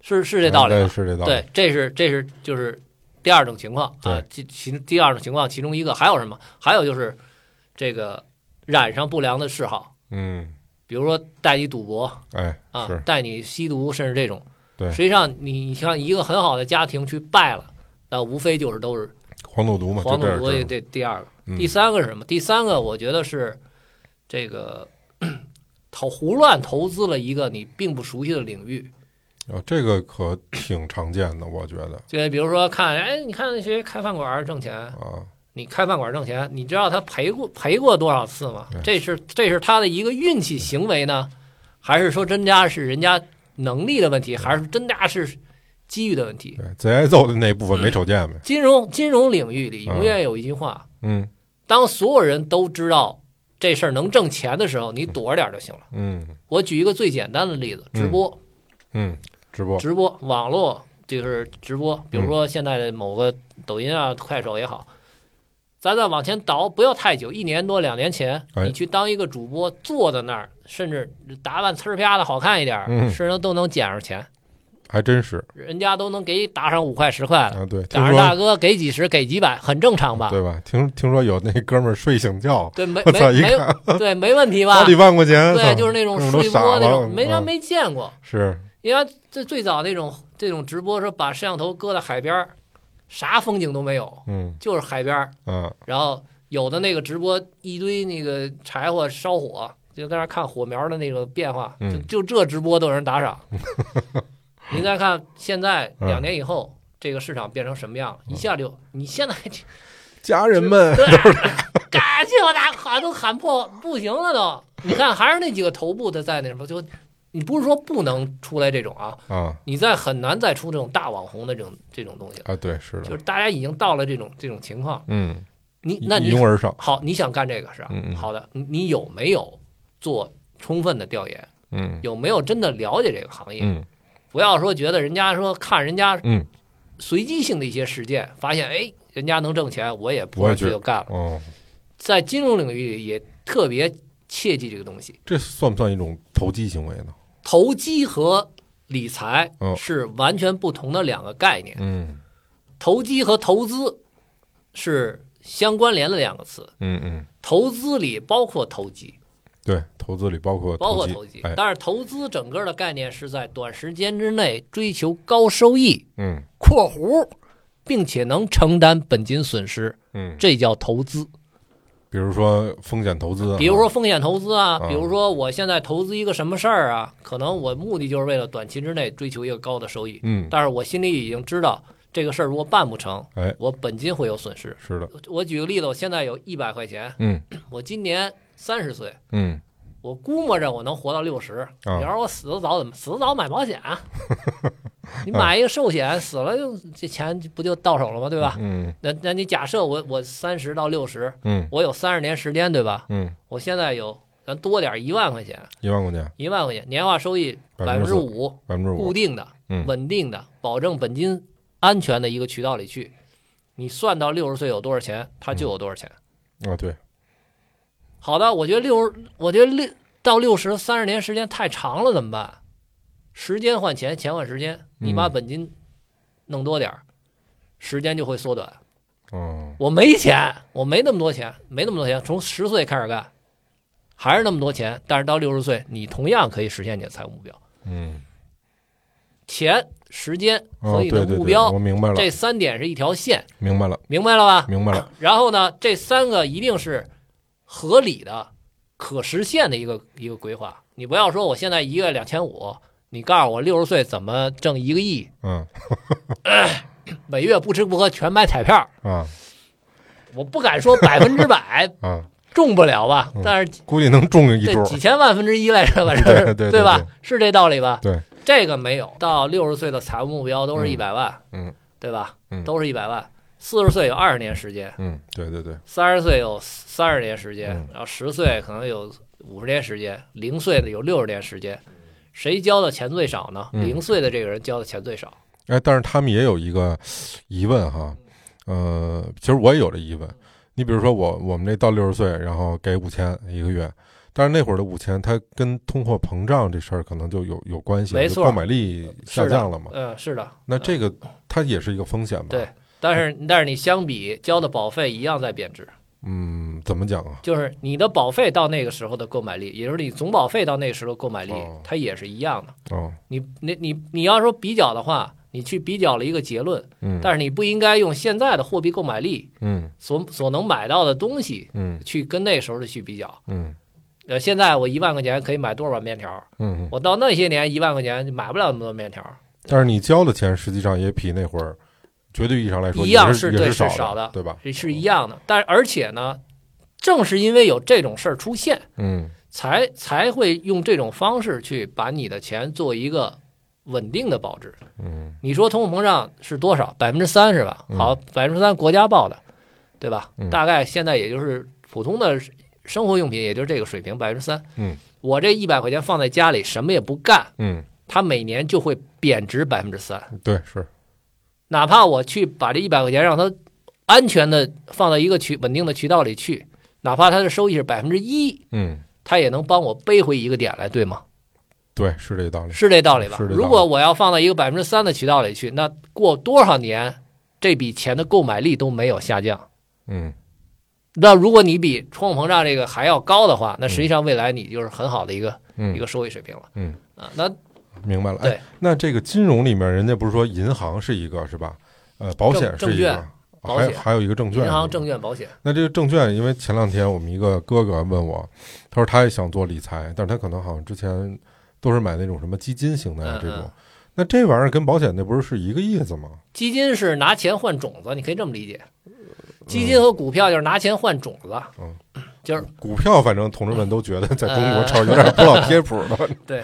Speaker 1: 是是这道理
Speaker 2: 哎
Speaker 1: 吧？
Speaker 2: 是这道理。
Speaker 1: 对，这是这是就是第二种情况啊
Speaker 2: 对，
Speaker 1: 其其第二种情况其中一个还有什么？还有就是这个染上不良的嗜好，
Speaker 2: 嗯，
Speaker 1: 比如说带你赌博
Speaker 2: 哎，
Speaker 1: 啊
Speaker 2: 是，
Speaker 1: 带你吸毒，甚至这种。
Speaker 2: 对
Speaker 1: 实际上你你像一个很好的家庭去败了，那无非就是都是
Speaker 2: 黄赌毒嘛，
Speaker 1: 黄
Speaker 2: 哦就
Speaker 1: 赌
Speaker 2: 这
Speaker 1: 毒
Speaker 2: 样
Speaker 1: 这
Speaker 2: 治
Speaker 1: 这第二个，
Speaker 2: 嗯
Speaker 1: 第三个是什么？第三个我觉得是这个 投胡乱投资了一个你并不熟悉的领域。
Speaker 2: 啊，这个可挺常见的，我觉得
Speaker 1: 就比如说看，哎，你看那些开饭馆儿挣钱，
Speaker 2: 啊，
Speaker 1: 你开饭馆挣钱，你知道他赔过赔过多少次吗
Speaker 2: 对？
Speaker 1: 这是这是他的一个运气行为呢，还是说真家是人家能力的问题，还是真家是机遇的问题？
Speaker 2: 对，贼挨揍的那部分没瞅见呗。
Speaker 1: 金融金融领域里
Speaker 2: 嗯
Speaker 1: 永远有一句话：
Speaker 2: 嗯
Speaker 1: 当所有人都知道这事儿能挣钱的时候，你躲着点儿就行了。
Speaker 2: 嗯
Speaker 1: 我举一个最简单的例子，直播，
Speaker 2: 嗯，直播，
Speaker 1: 直播网络就是直播，
Speaker 2: 嗯
Speaker 1: 比如说现在的某个抖音啊、快手也好，咱再往前倒，不要太久，一年多两年前，
Speaker 2: 哎
Speaker 1: 你去当一个主播，坐在那儿，甚至打扮呲儿啪的好看一点儿，
Speaker 2: 嗯
Speaker 1: 甚至都能捡上钱，
Speaker 2: 还真是
Speaker 1: 人家都能给打上五块十块的，
Speaker 2: 啊，对，听
Speaker 1: 打上大
Speaker 2: 说
Speaker 1: 哥给几十给几百，很正常吧？
Speaker 2: 对吧？听听说有那哥们儿睡醒觉，
Speaker 1: 对，没
Speaker 2: 我操
Speaker 1: 没
Speaker 2: 一
Speaker 1: 没有，对，没问题吧
Speaker 2: 好几？万块钱，
Speaker 1: 啊对，
Speaker 2: 操
Speaker 1: 就是那种
Speaker 2: 哥们儿
Speaker 1: 睡
Speaker 2: 都嗯傻
Speaker 1: 播那
Speaker 2: 了，
Speaker 1: 种，没人
Speaker 2: 嗯
Speaker 1: 没见过。
Speaker 2: 是
Speaker 1: 因为这最早那种这种直播说把摄像头搁在海边儿，啥风景都没有，
Speaker 2: 嗯
Speaker 1: 就是海边儿。
Speaker 2: 啊
Speaker 1: 然后有的那个直播一堆那个柴火烧火，就在那儿看火苗的那个变化，
Speaker 2: 嗯
Speaker 1: 就就这直播都有人打赏。您再看现在两年以后。这个市场变成什么样了？一下就，你现在就
Speaker 2: 家人们，
Speaker 1: 对，感谢我大喊都喊破不行了都。你看还是那几个头部的在那什么，就你不是说不能出来这种啊，
Speaker 2: 啊
Speaker 1: 你再很难再出这种大网红的这种这种东西了，
Speaker 2: 啊，对，是
Speaker 1: 就
Speaker 2: 的，
Speaker 1: 是大家已经到了这种这种情况，
Speaker 2: 嗯，
Speaker 1: 你
Speaker 2: 一
Speaker 1: 那你
Speaker 2: 一拥而上，
Speaker 1: 好，你想干这个是吧？
Speaker 2: 嗯嗯
Speaker 1: 好的，你你有没有做充分的调研？
Speaker 2: 嗯
Speaker 1: 有没有真的了解这个行业？
Speaker 2: 嗯
Speaker 1: 不要说觉得人家说看人家
Speaker 2: 嗯，
Speaker 1: 随机性的一些事件，发现哎人家能挣钱，我也不
Speaker 2: 我也
Speaker 1: 上去
Speaker 2: 觉
Speaker 1: 就干了。
Speaker 2: 哦，
Speaker 1: 在金融领域里也特别切记这个东西，
Speaker 2: 这算不算一种投机行为呢？
Speaker 1: 投机和理财
Speaker 2: 哦
Speaker 1: 是完全不同的两个概念。
Speaker 2: 嗯
Speaker 1: 投机和投资是相关联的两个词，
Speaker 2: 嗯嗯，
Speaker 1: 投资里包括投机，
Speaker 2: 对，投资里包括
Speaker 1: 包括投
Speaker 2: 投
Speaker 1: 机
Speaker 2: 哎，，
Speaker 1: 但是投资整个的概念是在短时间之内追求高收益
Speaker 2: 嗯
Speaker 1: （括弧），并且能承担本金损失，
Speaker 2: 嗯，
Speaker 1: 这叫投资。
Speaker 2: 比如说风险投资啊，
Speaker 1: 比如说风险投资啊
Speaker 2: 嗯，
Speaker 1: 比如说我现在投资一个什么事儿啊，可能我目的就是为了短期之内追求一个高的收益，
Speaker 2: 嗯，
Speaker 1: 但是我心里已经知道这个事儿如果办不成，
Speaker 2: 哎，
Speaker 1: 我本金会有损失。
Speaker 2: 是的，
Speaker 1: 我举个例子，我现在有一百块钱，
Speaker 2: 嗯
Speaker 1: 我今年三十岁，
Speaker 2: 嗯
Speaker 1: 我估摸着我能活到六十。
Speaker 2: 啊
Speaker 1: 你要是我死得早怎么？死得早买保险 啊，你买一个寿险，死了就这钱不就到手了吗？对吧？
Speaker 2: 嗯
Speaker 1: 那那你假设我我三十到六十，
Speaker 2: 嗯
Speaker 1: 我有三十年时间，对吧？
Speaker 2: 嗯，
Speaker 1: 我现在有咱多点一万块钱，
Speaker 2: 一万块钱，
Speaker 1: 一万块钱年化收益百分之
Speaker 2: 4%
Speaker 1: 五，
Speaker 2: 百分之
Speaker 1: 固
Speaker 2: 五，
Speaker 1: 定的、
Speaker 2: 嗯
Speaker 1: 稳定的、保证本金安全的一个渠道里去。你算到六十岁有多少钱，它就有多少钱。
Speaker 2: 啊，对，
Speaker 1: 好的，我觉得六十，我觉得六到六十三十年时间太长了，怎么办？时间换钱，钱换时间，
Speaker 2: 嗯
Speaker 1: 你把本金弄多点儿，时间就会缩短。
Speaker 2: 哦，
Speaker 1: 我没钱，我没那么多钱，没那么多钱，从十岁开始干，还是那么多钱，但是到六十岁，你同样可以实现你的财务目标。
Speaker 2: 嗯，
Speaker 1: 钱、时间
Speaker 2: 哦，
Speaker 1: 和
Speaker 2: 对
Speaker 1: 你的
Speaker 2: 对对，
Speaker 1: 目标，
Speaker 2: 我明白了，
Speaker 1: 这三点是一条线，
Speaker 2: 明白了，
Speaker 1: 明白了吧？
Speaker 2: 明白了，
Speaker 1: 然后呢，这三个一定是合理的、可实现的一个一个规划。你不要说我现在一个月两千五，你告诉我六十岁怎么挣一个亿，
Speaker 2: 嗯
Speaker 1: 每月不吃不喝全买彩票，
Speaker 2: 啊
Speaker 1: 我不敢说百分之百
Speaker 2: 啊，
Speaker 1: 中不了吧，但是
Speaker 2: 估计能中一
Speaker 1: 这
Speaker 2: 注，
Speaker 1: 几千万分嗯之一来着 吧，
Speaker 2: 对
Speaker 1: 是
Speaker 2: 对对
Speaker 1: 吧
Speaker 2: 对？
Speaker 1: 是这道理吧？
Speaker 2: 对，
Speaker 1: 这个没有，到六十岁的财务目标都是一百万，
Speaker 2: 嗯，
Speaker 1: 对吧？
Speaker 2: 嗯
Speaker 1: 都是一百万。四十岁有二十年时间，
Speaker 2: 嗯，对对对，
Speaker 1: 三十岁有三十年时间
Speaker 2: 嗯，
Speaker 1: 然后十岁可能有五十年时间，零岁的有六十年时间。谁交的钱最少呢？
Speaker 2: 嗯
Speaker 1: 零岁的这个人交的钱最少，
Speaker 2: 哎，但是他们也有一个疑问哈，呃，其实我也有这疑问。你比如说我我们这到六十岁，然后给五千一个月，但是那会儿的五千，它跟通货膨胀这事儿可能就有有关系了，
Speaker 1: 没
Speaker 2: 就
Speaker 1: 错
Speaker 2: 购买力下
Speaker 1: 是的
Speaker 2: 降了嘛。
Speaker 1: 嗯，是的。
Speaker 2: 那
Speaker 1: 嗯
Speaker 2: 这个它也是一个风险吧？
Speaker 1: 对，但是但是你相比交的保费一样在贬值，
Speaker 2: 嗯，怎么讲啊？
Speaker 1: 就是你的保费到那个时候的购买力，也就是你总保费到那个时候购买力
Speaker 2: 哦，
Speaker 1: 它也是一样的。
Speaker 2: 哦，
Speaker 1: 你你你你要说比较的话，你去比较了一个结论，
Speaker 2: 嗯，
Speaker 1: 但是你不应该用现在的货币购买力
Speaker 2: 嗯
Speaker 1: 所所能买到的东西
Speaker 2: 嗯
Speaker 1: 去跟那时候的去比较。
Speaker 2: 嗯
Speaker 1: 呃，现在我一万块钱可以买多少碗面条？
Speaker 2: 嗯嗯，
Speaker 1: 我到那些年一万块钱就买不了那么多面条，
Speaker 2: 但是你交的钱实际上也比那会儿绝对意义上来说
Speaker 1: 一样
Speaker 2: 也
Speaker 1: 是
Speaker 2: 也
Speaker 1: 对
Speaker 2: 少
Speaker 1: 是少的
Speaker 2: 对吧？
Speaker 1: 是是一样的。但是而且呢，正是因为有这种事儿出现，
Speaker 2: 嗯
Speaker 1: 才才会用这种方式去把你的钱做一个稳定的保值。
Speaker 2: 嗯
Speaker 1: 你说通货膨胀是多少？百分之三是吧？
Speaker 2: 嗯
Speaker 1: 好，百分之三国家报的，对吧
Speaker 2: 嗯？
Speaker 1: 大概现在也就是普通的生活用品，也就是这个水平，百分之三。
Speaker 2: 嗯，
Speaker 1: 我这一百块钱放在家里什么也不干，
Speaker 2: 嗯，
Speaker 1: 它每年就会贬值百分之三。
Speaker 2: 对，是，
Speaker 1: 哪怕我去把这一百块钱让它安全的放到一个渠稳定的渠道里去，哪怕它的收益是百分之一，
Speaker 2: 嗯，
Speaker 1: 它也能帮我背回一个点来，对吗？
Speaker 2: 对，是这道理。
Speaker 1: 是这道理吧？
Speaker 2: 是这道理
Speaker 1: 如果我要放到一个百分之三的渠道里去，那过多少年这笔钱的购买力都没有下降。
Speaker 2: 嗯
Speaker 1: 那如果你比通货膨胀这个还要高的话，那实际上未来你就是很好的一个、一
Speaker 2: 嗯，
Speaker 1: 个收益水平了。
Speaker 2: 嗯
Speaker 1: 啊，那
Speaker 2: 明白了。
Speaker 1: 对
Speaker 2: 哎，那这个金融里面，人家不是说银行是一个是吧？呃，保险是一
Speaker 1: 证
Speaker 2: 个哦
Speaker 1: 券，保
Speaker 2: 还有
Speaker 1: 险
Speaker 2: 还有一个证券，
Speaker 1: 银行、证券、保险，
Speaker 2: 那这个证券，因为前两天我们一个哥哥问我，他说他也想做理财，但是他可能好像之前都是买那种什么基金型的呀
Speaker 1: 嗯
Speaker 2: 这种
Speaker 1: 嗯。
Speaker 2: 那这玩意儿跟保险那不是是一个意思吗？
Speaker 1: 基金是拿钱换种子，你可以这么理解。基金和股票就是拿钱换种子，
Speaker 2: 嗯
Speaker 1: 就是
Speaker 2: 股票反正同志们都觉得在中国
Speaker 1: 呃
Speaker 2: 炒有点不老贴谱了。
Speaker 1: 对，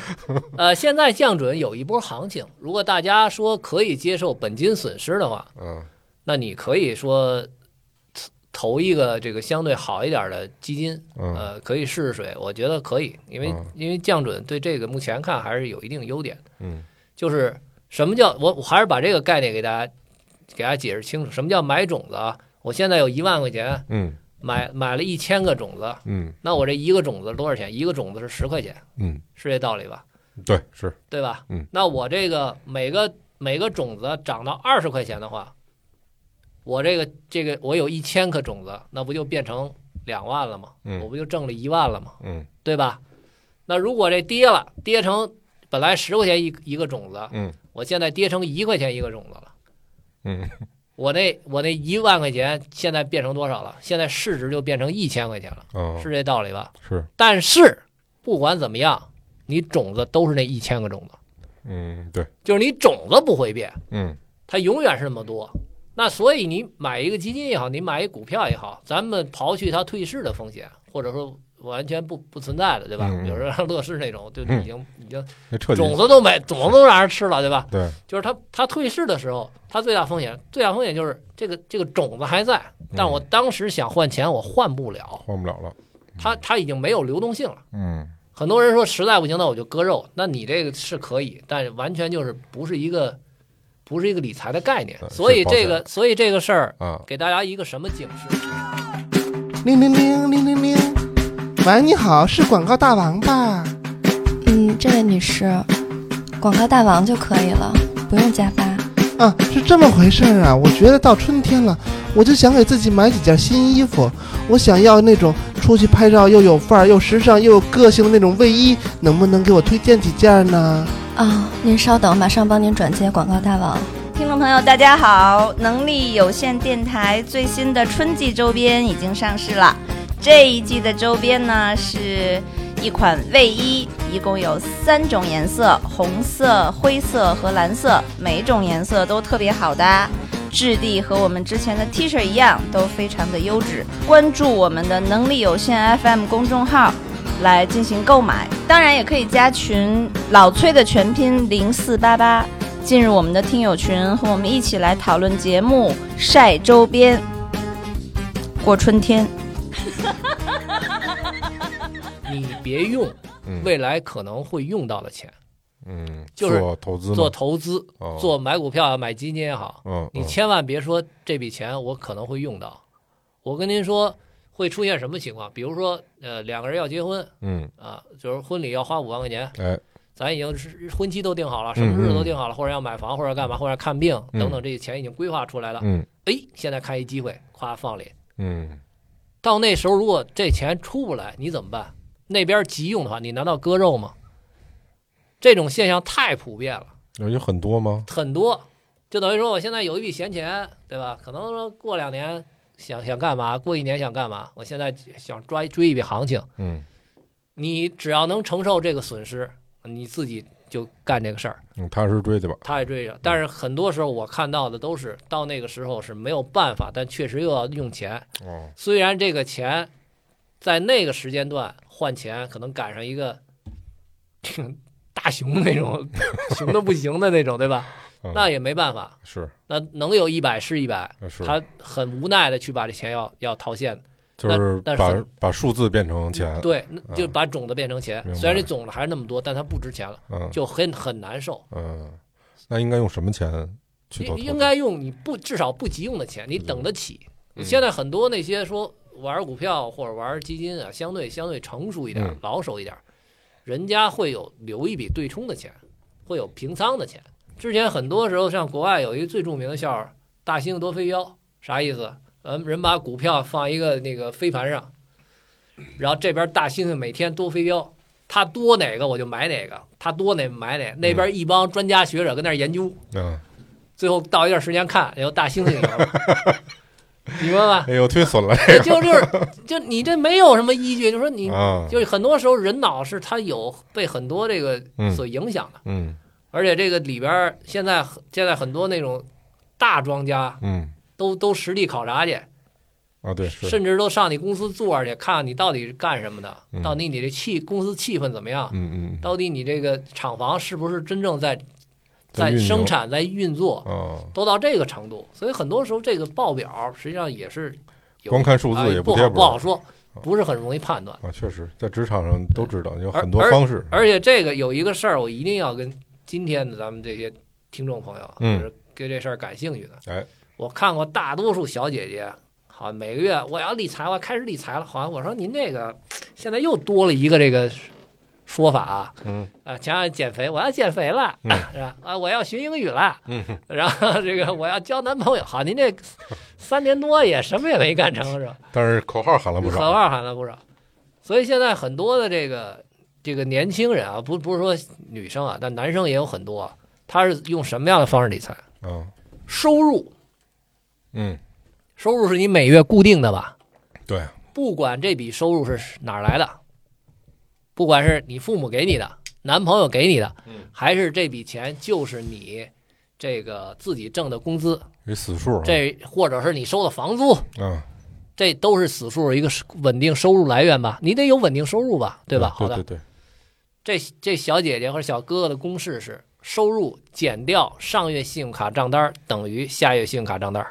Speaker 1: 呃，现在降准有一波行情，如果大家说可以接受本金损失的话，
Speaker 2: 嗯
Speaker 1: 那你可以说投投一个这个相对好一点的基金，
Speaker 2: 嗯
Speaker 1: 呃，可以试试水，我觉得可以，因为
Speaker 2: 嗯
Speaker 1: 因为降准对这个目前看还是有一定优点。
Speaker 2: 嗯
Speaker 1: 就是什么叫我我还是把这个概念给大家给大家解释清楚，什么叫买种子啊？我现在有一万块钱，
Speaker 2: 嗯
Speaker 1: 买买了一千个种子，
Speaker 2: 嗯
Speaker 1: 那我这一个种子多少钱？一个种子是十块钱，
Speaker 2: 嗯，
Speaker 1: 是这道理吧？
Speaker 2: 对，是
Speaker 1: 对吧？
Speaker 2: 嗯，
Speaker 1: 那我这个每个每个种子涨到二十块钱的话，我这个这个我有一千颗种子，那不就变成两万了吗？
Speaker 2: 嗯
Speaker 1: 我不就挣了一万了吗？
Speaker 2: 嗯
Speaker 1: 对吧？那如果这跌了，跌成本来十块钱一一个种子，
Speaker 2: 嗯
Speaker 1: 我现在跌成一块钱一个种子了，
Speaker 2: 嗯
Speaker 1: 我那我那一万块钱现在变成多少了？现在市值就变成一千块钱了，
Speaker 2: 哦
Speaker 1: 是这道理吧？
Speaker 2: 是
Speaker 1: 但是不管怎么样，你种子都是那一千个种子，
Speaker 2: 嗯对
Speaker 1: 就是你种子不会变。
Speaker 2: 嗯
Speaker 1: 它永远是那么多。那所以你买一个基金也好，你买一股票也好，咱们刨去它退市的风险，或者说完全不不存在的，对吧？
Speaker 2: 嗯嗯
Speaker 1: 比如说像乐视那种，就
Speaker 2: 嗯
Speaker 1: 已经、已经
Speaker 2: 那彻底
Speaker 1: 种子都没，种子都让人吃了，对吧？
Speaker 2: 对
Speaker 1: 就是它它退市的时候，它最大风险，最大风险就是这个这个种子还在，
Speaker 2: 嗯
Speaker 1: 但我当时想换钱，我换不了，
Speaker 2: 换不了了。
Speaker 1: 它它已经没有流动性了。
Speaker 2: 嗯
Speaker 1: 很多人说实在不行，那我就割肉。那你这个是可以，但完全就是不是一个不是一个理财的概念。
Speaker 2: 呃
Speaker 1: 所以
Speaker 2: 是保险
Speaker 1: 这个所以这个事儿
Speaker 2: 啊，
Speaker 1: 给大家一个什么警示？
Speaker 4: 铃铃铃铃铃铃，喂，你好，是广告大王吧？
Speaker 5: 嗯，这位女士，广告大王就可以了，不用加八。
Speaker 4: 啊，是这么回事儿啊！我觉得到春天了，我就想给自己买几件新衣服。我想要那种出去拍照又有范儿、又时尚又有个性的那种卫衣，能不能给我推荐几件呢？
Speaker 5: 啊、您稍等，马上帮您转接广告大王。
Speaker 6: 听众朋友，大家好！能力有限电台最新的春季周边已经上市了。这一季的周边呢，是一款卫衣，一共有三种颜色：红色、灰色和蓝色，每种颜色都特别好搭。质地和我们之前的 T 恤一样，都非常的优质。关注我们的能力有限 FM 公众号，来进行购买。当然，也可以加群老崔的全拼零四八八，进入我们的听友群，和我们一起来讨论节目、晒周边、过春天。
Speaker 1: 你别用
Speaker 2: 嗯
Speaker 1: 未来可能会用到的钱，
Speaker 2: 嗯，
Speaker 1: 就是
Speaker 2: 做投资吗
Speaker 1: 做投资，
Speaker 2: 哦
Speaker 1: 做买股票啊，买基金也好，
Speaker 2: 嗯，
Speaker 1: 你
Speaker 2: 嗯
Speaker 1: 千万别说这笔钱我可能会用到。我跟您说会出现什么情况？比如说，呃，两个人要结婚
Speaker 2: 嗯，
Speaker 1: 啊，就是婚礼要花五万块钱，
Speaker 2: 哎，嗯
Speaker 1: 咱已经是婚期都定好了，什么日子都定好了，或者要买房，或者干嘛，或者看病等等，这些钱已经规划出来了。
Speaker 2: 嗯
Speaker 1: 哎，现在看一机会，夸放里。
Speaker 2: 嗯
Speaker 1: 到那时候，如果这钱出不来，你怎么办？那边急用的话，你难道割肉吗？这种现象太普遍了。
Speaker 2: 有有很多吗？
Speaker 1: 很多，就等于说我现在有一笔闲钱，对吧？可能说过两年想想干嘛，过一年想干嘛，我现在想抓追一笔行情，
Speaker 2: 嗯
Speaker 1: 你只要能承受这个损失，你自己就干这个事儿，
Speaker 2: 嗯，踏实追去吧。
Speaker 1: 他也追着。但是很多时候我看到的都是到那个时候是没有办法，但确实又要用钱，
Speaker 2: 哦，
Speaker 1: 虽然这个钱在那个时间段换钱，可能赶上一个大熊那种 熊的不行的那种，对吧？
Speaker 2: 嗯
Speaker 1: 那也没办法。
Speaker 2: 是
Speaker 1: 那能有一百是一百，
Speaker 2: 是，
Speaker 1: 他很无奈的去把这钱要要套现，
Speaker 2: 就是
Speaker 1: 那那是
Speaker 2: 把
Speaker 1: 很
Speaker 2: 把数字变成钱，嗯
Speaker 1: 对，那就把种子变成钱
Speaker 2: 明。白
Speaker 1: 虽然这种子还是那么多，但它不值钱了，
Speaker 2: 嗯
Speaker 1: 就很很难受。
Speaker 2: 嗯，那应该用什么钱去
Speaker 1: 应
Speaker 2: 投？嗯
Speaker 1: 应该用你不至少不急用的钱，你等得起。现在很多那些说玩股票或者玩基金啊，相对相对成熟一点、
Speaker 2: 嗯
Speaker 1: 老手一点，人家会有留一笔对冲的钱，会有平仓的钱。之前很多时候，像国外有一个最著名的笑话，大猩猩夺飞镖，啥意思？呃，人把股票放一个那个飞盘上，然后这边大猩猩每天多飞镖，他多哪个我就买哪个，他多哪买哪。那边一帮专家学者跟那儿研究，
Speaker 2: 嗯，
Speaker 1: 最后到一段时间看，然后大猩猩赢了， 你明白吧？
Speaker 2: 哎呦，忒损了
Speaker 1: 这就就是就你这没有什么依据，就说 你
Speaker 2: 啊，
Speaker 1: 就是很多时候人脑是它有被很多这个
Speaker 2: 嗯
Speaker 1: 所影响的，
Speaker 2: 嗯
Speaker 1: 而且这个里边儿现在很现在很多那种大庄家
Speaker 2: 嗯
Speaker 1: 都都实地考察去，
Speaker 2: 啊，对，是
Speaker 1: 甚至都上你公司坐着去，看看你到底是干什么的
Speaker 2: 嗯，
Speaker 1: 到底你这气公司气氛怎么样，
Speaker 2: 嗯嗯嗯
Speaker 1: 到底你这个厂房是不是真正在
Speaker 2: 在
Speaker 1: 在
Speaker 2: 运
Speaker 1: 生
Speaker 2: 营
Speaker 1: 产在运作，
Speaker 2: 啊，
Speaker 1: 都到这个程度，所以很多时候这个报表实际上也是有
Speaker 2: 光看数字
Speaker 1: 哎
Speaker 2: 也
Speaker 1: 不
Speaker 2: 贴啊
Speaker 1: 好
Speaker 2: 谱
Speaker 1: 不好说，不是很容易判断。
Speaker 2: 啊，确实，在职场上都知道有
Speaker 1: 而
Speaker 2: 很多方式，
Speaker 1: 而且这个有一个事儿，我一定要跟今天的咱们这些听众朋友，
Speaker 2: 嗯
Speaker 1: 就是对这事儿感兴趣的，
Speaker 2: 哎，
Speaker 1: 我看过大多数小姐姐，好每个月我要理财，我要开始理财了，好像我说您这个现在又多了一个这个说法啊，
Speaker 2: 嗯
Speaker 1: 啊，前两天减肥，我要减肥了，
Speaker 2: 嗯
Speaker 1: 是吧？啊，我要学英语了，
Speaker 2: 嗯，
Speaker 1: 然后这个我要交男朋友，好，您这三年多也什么也没干成，是吧？
Speaker 2: 但是口号喊了啊不
Speaker 1: 口
Speaker 2: 少，
Speaker 1: 号喊了不少，所以现在很多的这个这个年轻人啊，不不是说女生啊，但男生也有很多啊，他是用什么样的方式理财？
Speaker 2: 啊，
Speaker 1: 收入，
Speaker 2: 嗯，
Speaker 1: 收入是你每月固定的吧？
Speaker 2: 对，
Speaker 1: 不管这笔收入是哪儿来的，不管是你父母给你的、男朋友给你的，
Speaker 2: 嗯
Speaker 1: 还是这笔钱就是你这个自己挣的工资，
Speaker 2: 有死数啊，
Speaker 1: 这或者是你收的房租，
Speaker 2: 啊，
Speaker 1: 这都是死数一个稳定收入来源吧？你得有稳定收入吧，对吧？好
Speaker 2: 对
Speaker 1: 的，
Speaker 2: 对，
Speaker 1: 这这小姐姐或者小哥哥的公式是：收入减掉上月信用卡账单儿等于下月信用卡账单儿，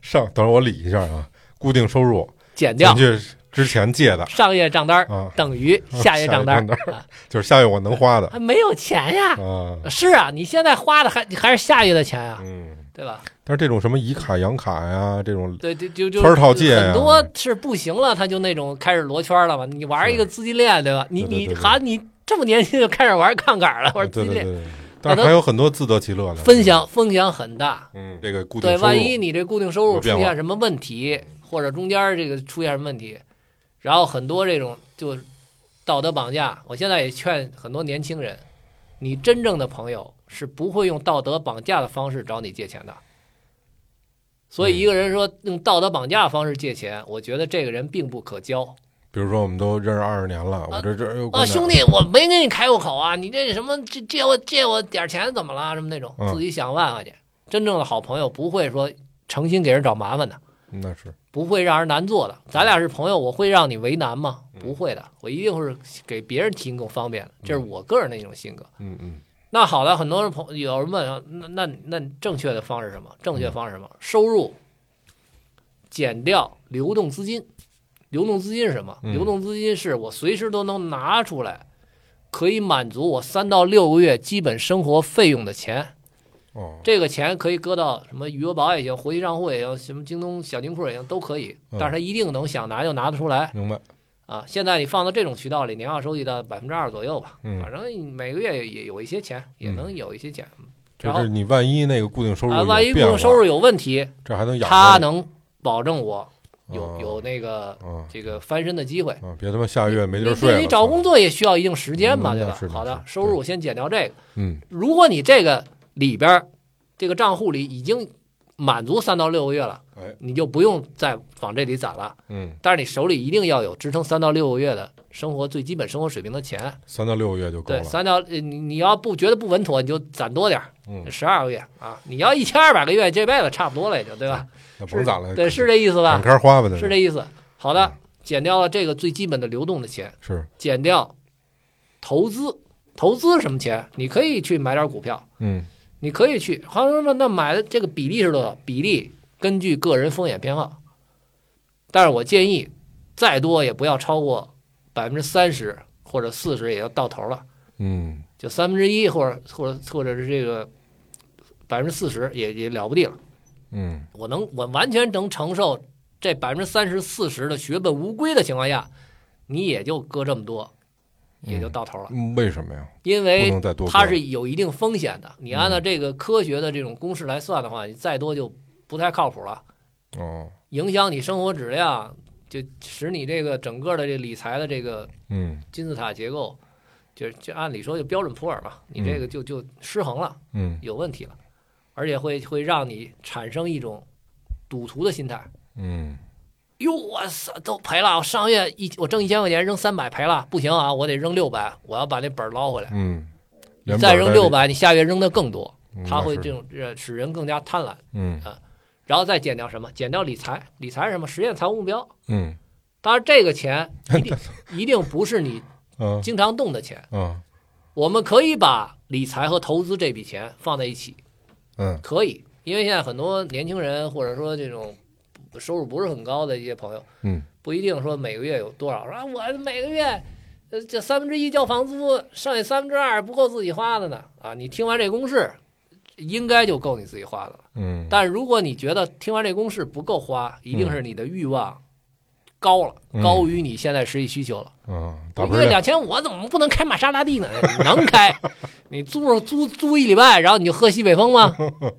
Speaker 2: 上，等会儿我理一下啊，固定收入
Speaker 1: 减掉
Speaker 2: 进去之前借的，
Speaker 1: 上月账单儿
Speaker 2: 啊
Speaker 1: 等于 下月账单
Speaker 2: 下月账
Speaker 1: 儿，啊
Speaker 2: 就是下月我能 花的
Speaker 1: 还没有钱呀。
Speaker 2: 啊，
Speaker 1: 是啊，你现在花的还还是下月的钱啊，
Speaker 2: 嗯，
Speaker 1: 对吧？
Speaker 2: 但是这种什么以卡养卡呀，这种
Speaker 1: 对，就就就
Speaker 2: 圈儿套借呀啊
Speaker 1: 很多是不行了，他就那种开始罗圈了嘛。你玩一个资金链，对吧？你
Speaker 2: 对对
Speaker 1: 你
Speaker 2: 对对
Speaker 1: 好，你这么年轻就开始玩杠杆了，
Speaker 2: 对
Speaker 1: 玩
Speaker 2: 对
Speaker 1: 资金
Speaker 2: 对
Speaker 1: 链，
Speaker 2: 对，但是还有很多自得其乐的
Speaker 1: 风险，风险很大。
Speaker 2: 嗯，这个固定
Speaker 1: 对，
Speaker 2: 收入
Speaker 1: 万一你这固定收入
Speaker 2: 有
Speaker 1: 出
Speaker 2: 变化
Speaker 1: 现什么问题，或者中间这个出现什么问题，然后很多这种就道德绑架。我现在也劝很多年轻人，你真正的朋友是不会用道德绑架的方式找你借钱的。所
Speaker 2: 嗯
Speaker 1: 以一个人说用道德绑架方式借钱，我觉得这个人并不可交
Speaker 2: 比如说我们都认识二十年了，我这这
Speaker 1: 啊，兄弟，我没跟你开过口啊，你这什么借借我借我点钱怎么啦？什么那种
Speaker 2: 嗯，
Speaker 1: 自己想办法去。真正的好朋友不会说诚心给人找麻烦的。
Speaker 2: 那是
Speaker 1: 不会让人难做的。咱俩是朋友，我会让你为难吗？不会的，我一定是给别人提供方便的，这是我个人的一种性格。
Speaker 2: 嗯嗯
Speaker 1: 那好了，很多人朋有人问啊，那那那正确的方式是什么？正确方式是什么？收入减掉流动资金。流动资金是什么？
Speaker 2: 嗯
Speaker 1: 流动资金是我随时都能拿出来，可以满足我三到六个月基本生活费用的钱。
Speaker 2: 哦，
Speaker 1: 这个钱可以搁到什么余额宝也行，活期账户也行，什么京东小金库也行，都可以。
Speaker 2: 嗯
Speaker 1: 但是他一定能想拿就拿得出来
Speaker 2: 明白，
Speaker 1: 啊！现在你放到这种渠道里，年化收益到百分之二左右吧，
Speaker 2: 嗯
Speaker 1: 反正每个月也有一些钱，也能有一些钱。
Speaker 2: 就
Speaker 1: 然后
Speaker 2: 是你万一那个固定收入
Speaker 1: 啊，
Speaker 2: 有
Speaker 1: 万一
Speaker 2: 变
Speaker 1: 固定
Speaker 2: 化
Speaker 1: 收入有问题，
Speaker 2: 这还能养
Speaker 1: 他
Speaker 2: 着
Speaker 1: 能保证我有
Speaker 2: 哦
Speaker 1: 有那个
Speaker 2: 你啊
Speaker 1: 这个翻身的机会。
Speaker 2: 啊！别他妈下个月没地
Speaker 1: 你
Speaker 2: 儿睡
Speaker 1: 自
Speaker 2: 了。
Speaker 1: 己找工作也需要一定时间嘛，
Speaker 2: 嗯
Speaker 1: 对
Speaker 2: 那
Speaker 1: 吧
Speaker 2: 是？的
Speaker 1: 好的，
Speaker 2: 是
Speaker 1: 收入我先减掉这个。
Speaker 2: 嗯
Speaker 1: 如果你这个里边儿这个账户里已经满足三到六个月了
Speaker 2: 哎，
Speaker 1: 你就不用再往这里攒了。
Speaker 2: 嗯，
Speaker 1: 但是你手里一定要有支撑三到六个月的生活最基本生活水平的钱。
Speaker 2: 三到六个月就够
Speaker 1: 对，
Speaker 2: 了。
Speaker 1: 三到呃你你要不觉得不稳妥，你就攒多点
Speaker 2: 嗯，
Speaker 1: 十二个月啊。你要一千二百个月，这辈子差不多了，也就对吧？
Speaker 2: 那甭攒了，
Speaker 1: 对，是这意思吧
Speaker 2: 敞？开花吧，那
Speaker 1: 是这意思。好的，减掉了这个最基本的流动的钱，
Speaker 2: 是
Speaker 1: 减掉投资，投资是什么钱？你可以去买点股票，
Speaker 2: 嗯
Speaker 1: 你可以去，好像说那那买的这个比例是多少？比例根据个人风险偏好，但是我建议再多也不要超过百分之三十或者四十，也就到头了，
Speaker 2: 嗯
Speaker 1: 就三分之一或者或者或者是这个百分之四十也也了不地了。
Speaker 2: 嗯
Speaker 1: 我能我完全能承受这百分之三十四十的血本无归的情况下，你也就割这么多，也就到头了，
Speaker 2: 嗯，为什么呀？
Speaker 1: 因
Speaker 2: 不
Speaker 1: 为
Speaker 2: 能再多嗯
Speaker 1: 它
Speaker 2: 搁
Speaker 1: 哎
Speaker 2: 了
Speaker 1: 是有一定风险的。你按照这个科学的这种公式来算的话，你再多就不太靠谱了，
Speaker 2: 哦，
Speaker 1: 影响你生活质量，就使你这个整个的这理财的这个
Speaker 2: 嗯
Speaker 1: 金字塔结构，就就按理说就标准普尔嘛，你这个就就失衡了，
Speaker 2: 嗯
Speaker 1: 有问题了，而且会会让你产生一种赌徒的心态。
Speaker 2: 嗯
Speaker 1: 哟，我操，都赔了！我上个月一我挣一千块钱，扔三百赔了，不行啊，我得扔六百，我要把那本儿捞回来。
Speaker 2: 嗯，
Speaker 1: 你
Speaker 2: 连
Speaker 1: 再
Speaker 2: 本
Speaker 1: 扔
Speaker 2: 带
Speaker 1: 六
Speaker 2: 利，
Speaker 1: 百，你下月扔的更多，
Speaker 2: 嗯
Speaker 1: 他会
Speaker 2: 那是
Speaker 1: 这种呃使人更加贪婪。
Speaker 2: 嗯
Speaker 1: 然后再减掉什么？减掉理财，理财是什么？实现财务目标。
Speaker 2: 嗯
Speaker 1: 当然，这个钱一 定一定不是你
Speaker 2: 啊
Speaker 1: 经常动的钱。
Speaker 2: 啊
Speaker 1: 我们可以把理财和投资这笔钱放在一起，
Speaker 2: 嗯
Speaker 1: 可以，因为现在很多年轻人或者说这种收入不是很高的一些朋友，
Speaker 2: 嗯，
Speaker 1: 不一定说每个月有多少，说啊我每个月呃这三分之一交房租，剩下三分之二不够自己花的呢啊！你听完这公式，应该就够你自己花的了。
Speaker 2: 嗯，
Speaker 1: 但如果你觉得听完这公式不够花，一定是你的欲望高了，
Speaker 2: 嗯
Speaker 1: 高于你现在实际需求了。
Speaker 2: 啊，打
Speaker 1: 我一
Speaker 2: 不
Speaker 1: 个月
Speaker 2: 了，
Speaker 1: 两千五，我怎么不能开玛莎拉蒂呢？ 你能开，你租租租一礼拜，然后你就喝西北风 吗？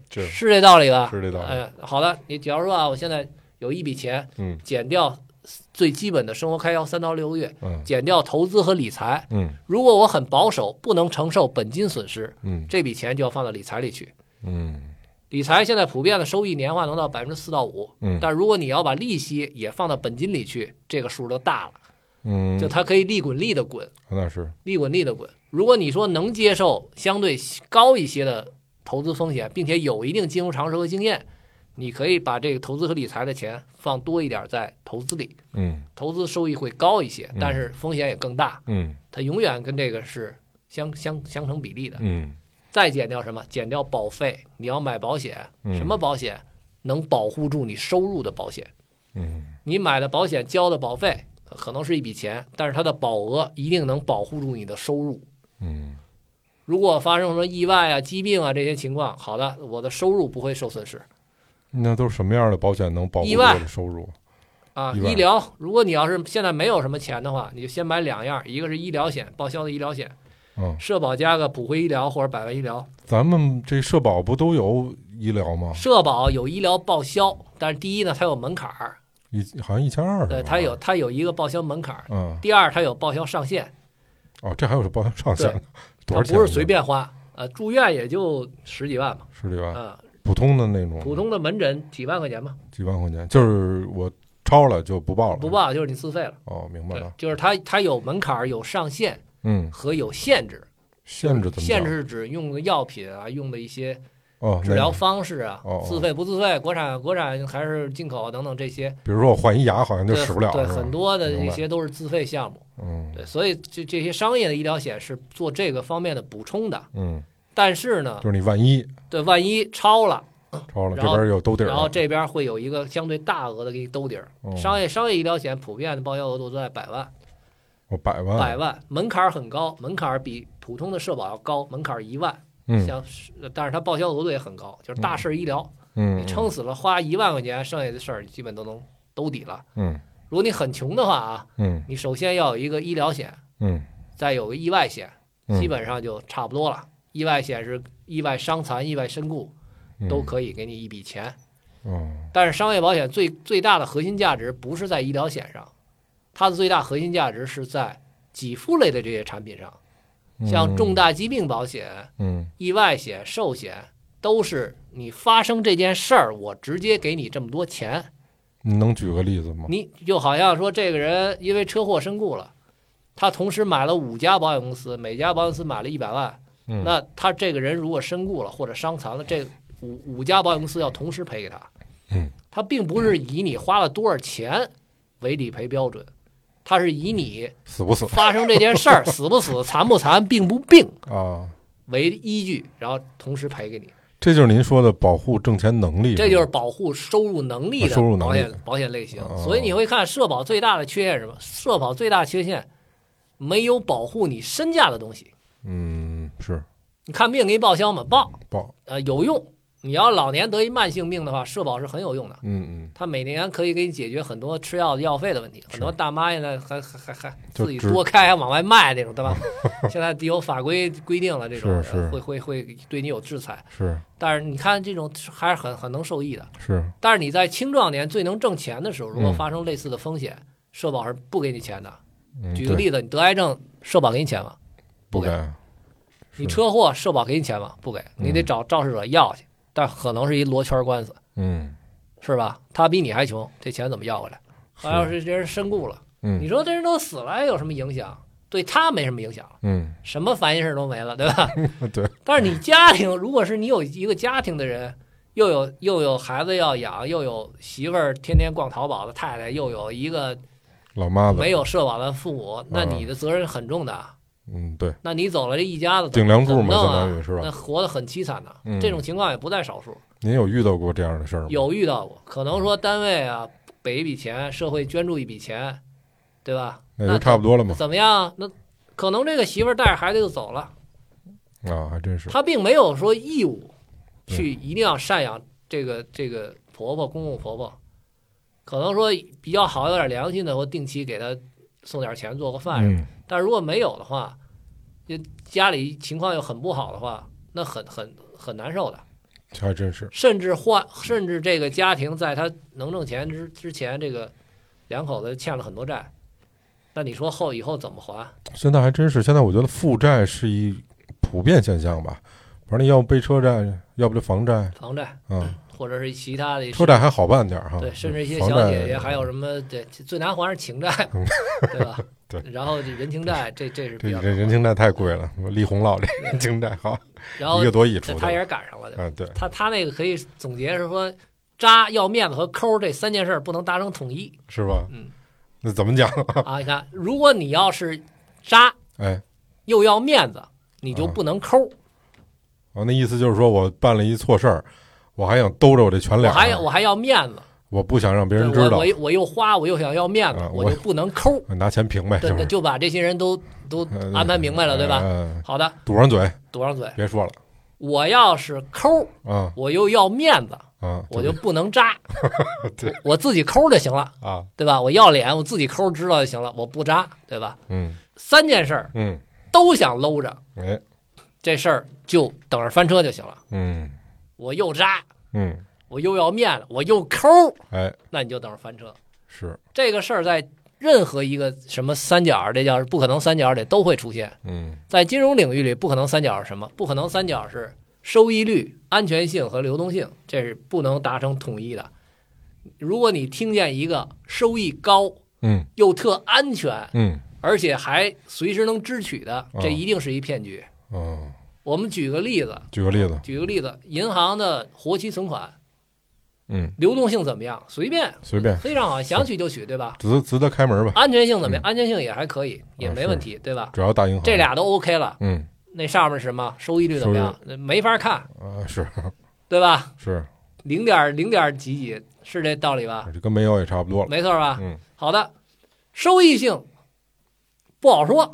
Speaker 2: 这
Speaker 1: 是这道理吧？
Speaker 2: 是这道理
Speaker 1: 哎，好的，你假如说啊，我现在有一笔钱，
Speaker 2: 嗯
Speaker 1: 减掉最基本的生活开销三到六个月，
Speaker 2: 嗯
Speaker 1: 减掉投资和理财。
Speaker 2: 嗯
Speaker 1: 如果我很保守，不能承受本金损失，
Speaker 2: 嗯
Speaker 1: 这笔钱就要放到理财里去。
Speaker 2: 嗯
Speaker 1: 理财现在普遍的收益年化能到百分之四到五，
Speaker 2: 嗯
Speaker 1: 但如果你要把利息也放到本金里去，这个数就大了，
Speaker 2: 嗯，
Speaker 1: 就它可以利滚利的滚，
Speaker 2: 那是
Speaker 1: 利滚利的滚。如果你说能接受相对高一些的投资风险，并且有一定金融常识和经验，你可以把这个投资和理财的钱放多一点在投资里，
Speaker 2: 嗯
Speaker 1: 投资收益会高一些，但是风险也更大，
Speaker 2: 嗯
Speaker 1: 它永远跟这个是相相相成比例的。
Speaker 2: 嗯
Speaker 1: 再减掉什么？减掉保费，你要买保险，
Speaker 2: 嗯
Speaker 1: 什么保险能保护住你收入的保险？
Speaker 2: 嗯
Speaker 1: 你买的保险交的保费可能是一笔钱，但是它的保额一定能保护住你的收入。
Speaker 2: 嗯
Speaker 1: 如果发生什么意外啊、疾病啊这些情况，好的，我的收入不会受损失
Speaker 2: 那都是什么样的保险能保护
Speaker 1: 意
Speaker 2: 我
Speaker 1: 外
Speaker 2: 的收入？
Speaker 1: 啊。
Speaker 2: 意外
Speaker 1: 医疗，如果你要是现在没有什么钱的话，你就先买两样，一个是医疗险，报销的医疗险，
Speaker 2: 嗯，
Speaker 1: 社保加个普惠医疗或者百万医疗。
Speaker 2: 咱们这社保不都有医疗吗？
Speaker 1: 社保有医疗报销，但是第一呢，它有门槛儿，呃
Speaker 2: 一好像一千二，
Speaker 1: 对，它有它有一个报销门槛儿。
Speaker 2: 嗯
Speaker 1: 第二，它有报销上限，
Speaker 2: 哦，这还有报销上限呢，多
Speaker 1: 它
Speaker 2: 少钱？
Speaker 1: 不是随便花，呃，住院也就十几万嘛，
Speaker 2: 十几万，
Speaker 1: 啊、
Speaker 2: 普通的那种，
Speaker 1: 普通的门诊几万块钱嘛，
Speaker 2: 几万块钱，就是我超了就不报了，
Speaker 1: 不报就是你自费了。
Speaker 2: 哦，明白
Speaker 1: 对
Speaker 2: 了，，
Speaker 1: 就是它它有门槛儿、有上限
Speaker 2: 嗯，
Speaker 1: 和有限制。
Speaker 2: 限制怎么
Speaker 1: 限
Speaker 2: 讲
Speaker 1: 制是指用的药品啊，用的一些
Speaker 2: 哦，
Speaker 1: 治
Speaker 2: 那
Speaker 1: 疗
Speaker 2: 个
Speaker 1: 方式啊
Speaker 2: 哦哦，
Speaker 1: 自费不自费，国产国产还是进口啊等等这些，
Speaker 2: 比如说我换一牙好像就
Speaker 1: 对
Speaker 2: 使不了，
Speaker 1: 对，
Speaker 2: 是吧
Speaker 1: 很，多的
Speaker 2: 明
Speaker 1: 这
Speaker 2: 白
Speaker 1: 些都是自费项目。
Speaker 2: 嗯
Speaker 1: 对，所以这这些商业的医疗险是做这个方面的补充的。
Speaker 2: 嗯，
Speaker 1: 但是呢
Speaker 2: 就，是你万一
Speaker 1: 对，万一超了，
Speaker 2: 超了，
Speaker 1: 然
Speaker 2: 这
Speaker 1: 后
Speaker 2: 边有兜底儿
Speaker 1: 然后
Speaker 2: 了，
Speaker 1: 这边会有一个相对大额的给你兜底儿。
Speaker 2: 哦
Speaker 1: 商业商业医疗险普遍的报销额度都在百万，
Speaker 2: 我百万，
Speaker 1: 百万门槛儿很高，门槛儿比普通的社保要高，门槛儿一万，
Speaker 2: 嗯
Speaker 1: 像是，但是它报销额度也很高，就是大事儿医疗，
Speaker 2: 嗯
Speaker 1: 你撑死了花一万块钱，剩下的事儿基本都能兜底了。
Speaker 2: 嗯
Speaker 1: 如果你很穷的话啊，
Speaker 2: 嗯
Speaker 1: 你首先要有一个医疗险，
Speaker 2: 嗯
Speaker 1: 再有个意外险，
Speaker 2: 嗯
Speaker 1: 基本上就差不多了。意外险是意外伤残、意外身故
Speaker 2: 嗯
Speaker 1: 都可以给你一笔钱，
Speaker 2: 哦
Speaker 1: 但是商业保险最最大的核心价值不是在医疗险上，它的最大核心价值是在给付类的这些产品上，像重大疾病保险、
Speaker 2: 嗯
Speaker 1: 意外险、寿险都是你发生这件事儿，我直接给你这么多钱。
Speaker 2: 你能举个例子吗？
Speaker 1: 你就好像说这个人因为车祸身故了，他同时买了五家保险公司，每家保险公司买了一百万，
Speaker 2: 嗯
Speaker 1: 那他这个人如果身故了或者伤残了，这五五家保险公司要同时赔给他。
Speaker 2: 嗯，
Speaker 1: 他并不是以你花了多少钱为理赔标准，他是以你
Speaker 2: 死不死
Speaker 1: 发生这件事儿死不死、残不残、病不病
Speaker 2: 啊？
Speaker 1: 为依据，然后同时赔给你。
Speaker 2: 这就是您说的保护挣钱能力，
Speaker 1: 这就是保护收入能力
Speaker 2: 啊
Speaker 1: 的
Speaker 2: 收入能
Speaker 1: 保
Speaker 2: 力
Speaker 1: 险保险类型
Speaker 2: 哦。
Speaker 1: 所以你会看社保最大的缺陷是什么？社保最大缺陷没有保护你身价的东西。
Speaker 2: 嗯是
Speaker 1: 你看病给你报销吗？报，
Speaker 2: 报
Speaker 1: 呃，有用。你要老年得一慢性病的话，社保是很有用的。
Speaker 2: 嗯嗯
Speaker 1: 它每年可以给你解决很多吃药的药费的问题。很多大妈现在还还还还
Speaker 2: 就
Speaker 1: 自己
Speaker 2: 只
Speaker 1: 多开还往外卖那种， 对吧？现在有法规规定了，这种
Speaker 2: 是是
Speaker 1: 会会会对你有制裁。
Speaker 2: 是
Speaker 1: 但是你看这种还是很很能受益的。
Speaker 2: 是
Speaker 1: 但是你在青壮年最能挣钱的时候，如果
Speaker 2: 嗯
Speaker 1: 发生类似的风险，社保是不给你钱的。
Speaker 2: 嗯
Speaker 1: 举个
Speaker 2: 对
Speaker 1: 例子，你得癌症，社保给你钱吗？
Speaker 2: 不
Speaker 1: 不给
Speaker 2: 敢
Speaker 1: 你车祸，社保给你钱吗？不给，你得找肇事者要去，但可能是一罗圈官司，
Speaker 2: 嗯
Speaker 1: 是吧？他比你还穷，这钱怎么要回来？还要哎是这人身故了，你
Speaker 2: 嗯
Speaker 1: 说这人都死了，还有什么影响？对他没什么影响，
Speaker 2: 嗯
Speaker 1: 什么烦心事儿都没了，对吧？
Speaker 2: 对
Speaker 1: 但是你家庭，如果是你有一个家庭的人，又有又有孩子要养，又有媳妇儿天天逛淘宝的太太，又有一个
Speaker 2: 老妈子
Speaker 1: 没有社保的父母，那你的责任很重的。
Speaker 2: 嗯对
Speaker 1: 那你走了，这一家子怎
Speaker 2: 顶
Speaker 1: 么
Speaker 2: 梁柱嘛
Speaker 1: 怎么弄
Speaker 2: 相当于
Speaker 1: 啊？
Speaker 2: 是吧
Speaker 1: 那活得很凄惨的
Speaker 2: 嗯，
Speaker 1: 这种情况也不在少数，
Speaker 2: 您有遇到过这样的事儿吗？
Speaker 1: 有遇到过。可能说单位啊给一笔钱，社会捐助一笔钱，对吧？
Speaker 2: 那就
Speaker 1: 那
Speaker 2: 差不多了嘛
Speaker 1: 怎么样？那可能这个媳妇儿带着孩子就走了，
Speaker 2: 啊还真是嗯
Speaker 1: 她并没有说义务去一定要赡养这个这个婆婆公公婆婆，可能说比较好有点良心的，我定期给她送点钱做个饭什么的
Speaker 2: 嗯
Speaker 1: 但如果没有的话，就家里情况又很不好的话，那很很很难受的。
Speaker 2: 还真是
Speaker 1: 甚至换，甚至这个家庭在他能挣钱之之前，这个两口子欠了很多债，那你说后以后怎么还？
Speaker 2: 现在还真是，现在我觉得负债是一普遍现象吧。反正要不背车债，要不就房债啊、
Speaker 1: 房债
Speaker 2: 嗯
Speaker 1: 或者是其他的
Speaker 2: 车债还好办点儿哈。
Speaker 1: 对，甚至一些
Speaker 2: 啊房嗯
Speaker 1: 小
Speaker 2: 债
Speaker 1: 姐姐还有什么对最难还是情债，对吧？
Speaker 2: 对
Speaker 1: 然后这人情债，这这是
Speaker 2: 这
Speaker 1: 比较
Speaker 2: 这
Speaker 1: 难
Speaker 2: 人情债太贵了，李洪老这 人情债好
Speaker 1: 然后
Speaker 2: 一个多亿出
Speaker 1: 他
Speaker 2: 去
Speaker 1: 他也
Speaker 2: 了
Speaker 1: 是赶上了，对吧？
Speaker 2: 啊，对，
Speaker 1: 他他那个可以总结是说，渣、要面子和抠这三件事儿不能达成统一
Speaker 2: 是吧？
Speaker 1: 嗯，
Speaker 2: 那怎么讲？
Speaker 1: 啊。你看，如果你要是渣
Speaker 2: 哎，
Speaker 1: 又要面子，你
Speaker 2: 嗯
Speaker 1: 就不能抠。
Speaker 2: 哦，那意思就是说我办了一错事儿，我还想兜着我这全
Speaker 1: 我
Speaker 2: 脸儿，
Speaker 1: 还要我还要面子，
Speaker 2: 我不想让别
Speaker 1: 对
Speaker 2: 人知
Speaker 1: 我
Speaker 2: 道
Speaker 1: 我，又我又花，我又想要面子
Speaker 2: 啊，我
Speaker 1: 我就不能 抠。
Speaker 2: 拿钱平呗，
Speaker 1: 对
Speaker 2: 就
Speaker 1: 对，
Speaker 2: 是
Speaker 1: 就把这些人都都
Speaker 2: 嗯
Speaker 1: 安排明白了，对吧？
Speaker 2: 嗯，
Speaker 1: 好的，
Speaker 2: 堵上嘴，
Speaker 1: 堵上嘴。
Speaker 2: 别说了
Speaker 1: 我要是抠，
Speaker 2: 啊
Speaker 1: 我又要面子，
Speaker 2: 啊，
Speaker 1: 我就不能渣。我我自己抠就行了，
Speaker 2: 啊，
Speaker 1: 对吧？我要脸，我自己抠知道就行了，我不渣，对吧？
Speaker 2: 嗯
Speaker 1: 三件事儿
Speaker 2: 嗯，
Speaker 1: 都想搂着，
Speaker 2: 哎，
Speaker 1: 这事儿就等着翻车就行了。
Speaker 2: 嗯
Speaker 1: 我又渣，
Speaker 2: 嗯，
Speaker 1: 我又要面子，我又抠，
Speaker 2: 哎，
Speaker 1: 那你就等着翻车。
Speaker 2: 是，
Speaker 1: 这个事儿在任何一个什么三角儿，这叫不可能三角儿里都会出现。
Speaker 2: 嗯
Speaker 1: 在金融领域里，不可能三角儿是什么？不可能三角儿是收益率、安全性和流动性，这是不能达成统一的。如果你听见一个收益高
Speaker 2: 嗯
Speaker 1: 又特安全，
Speaker 2: 嗯
Speaker 1: 而且还随时能支取的，这一定是一骗局。
Speaker 2: 嗯，
Speaker 1: 我们举个例子，
Speaker 2: 举个例子，
Speaker 1: 举个例子，银行的活期存款
Speaker 2: 嗯，
Speaker 1: 流动性怎么样？随便，
Speaker 2: 随便，
Speaker 1: 非常好，想取就取，对吧？
Speaker 2: 值值得开门吧，
Speaker 1: 安全性怎么样？安全性也还可以，也
Speaker 2: 啊
Speaker 1: 没
Speaker 2: 是
Speaker 1: 问题，对吧？
Speaker 2: 主要大银行，
Speaker 1: 这，俩都 OK 了，
Speaker 2: 嗯
Speaker 1: 那上面是什么收益率怎么样？没法看，
Speaker 2: 啊，是
Speaker 1: 对吧？
Speaker 2: 是，
Speaker 1: 零点零点几几是这道理吧？
Speaker 2: 嗯这跟没有也差不多了，
Speaker 1: 没错吧？
Speaker 2: 嗯
Speaker 1: 好的，收益性不好说，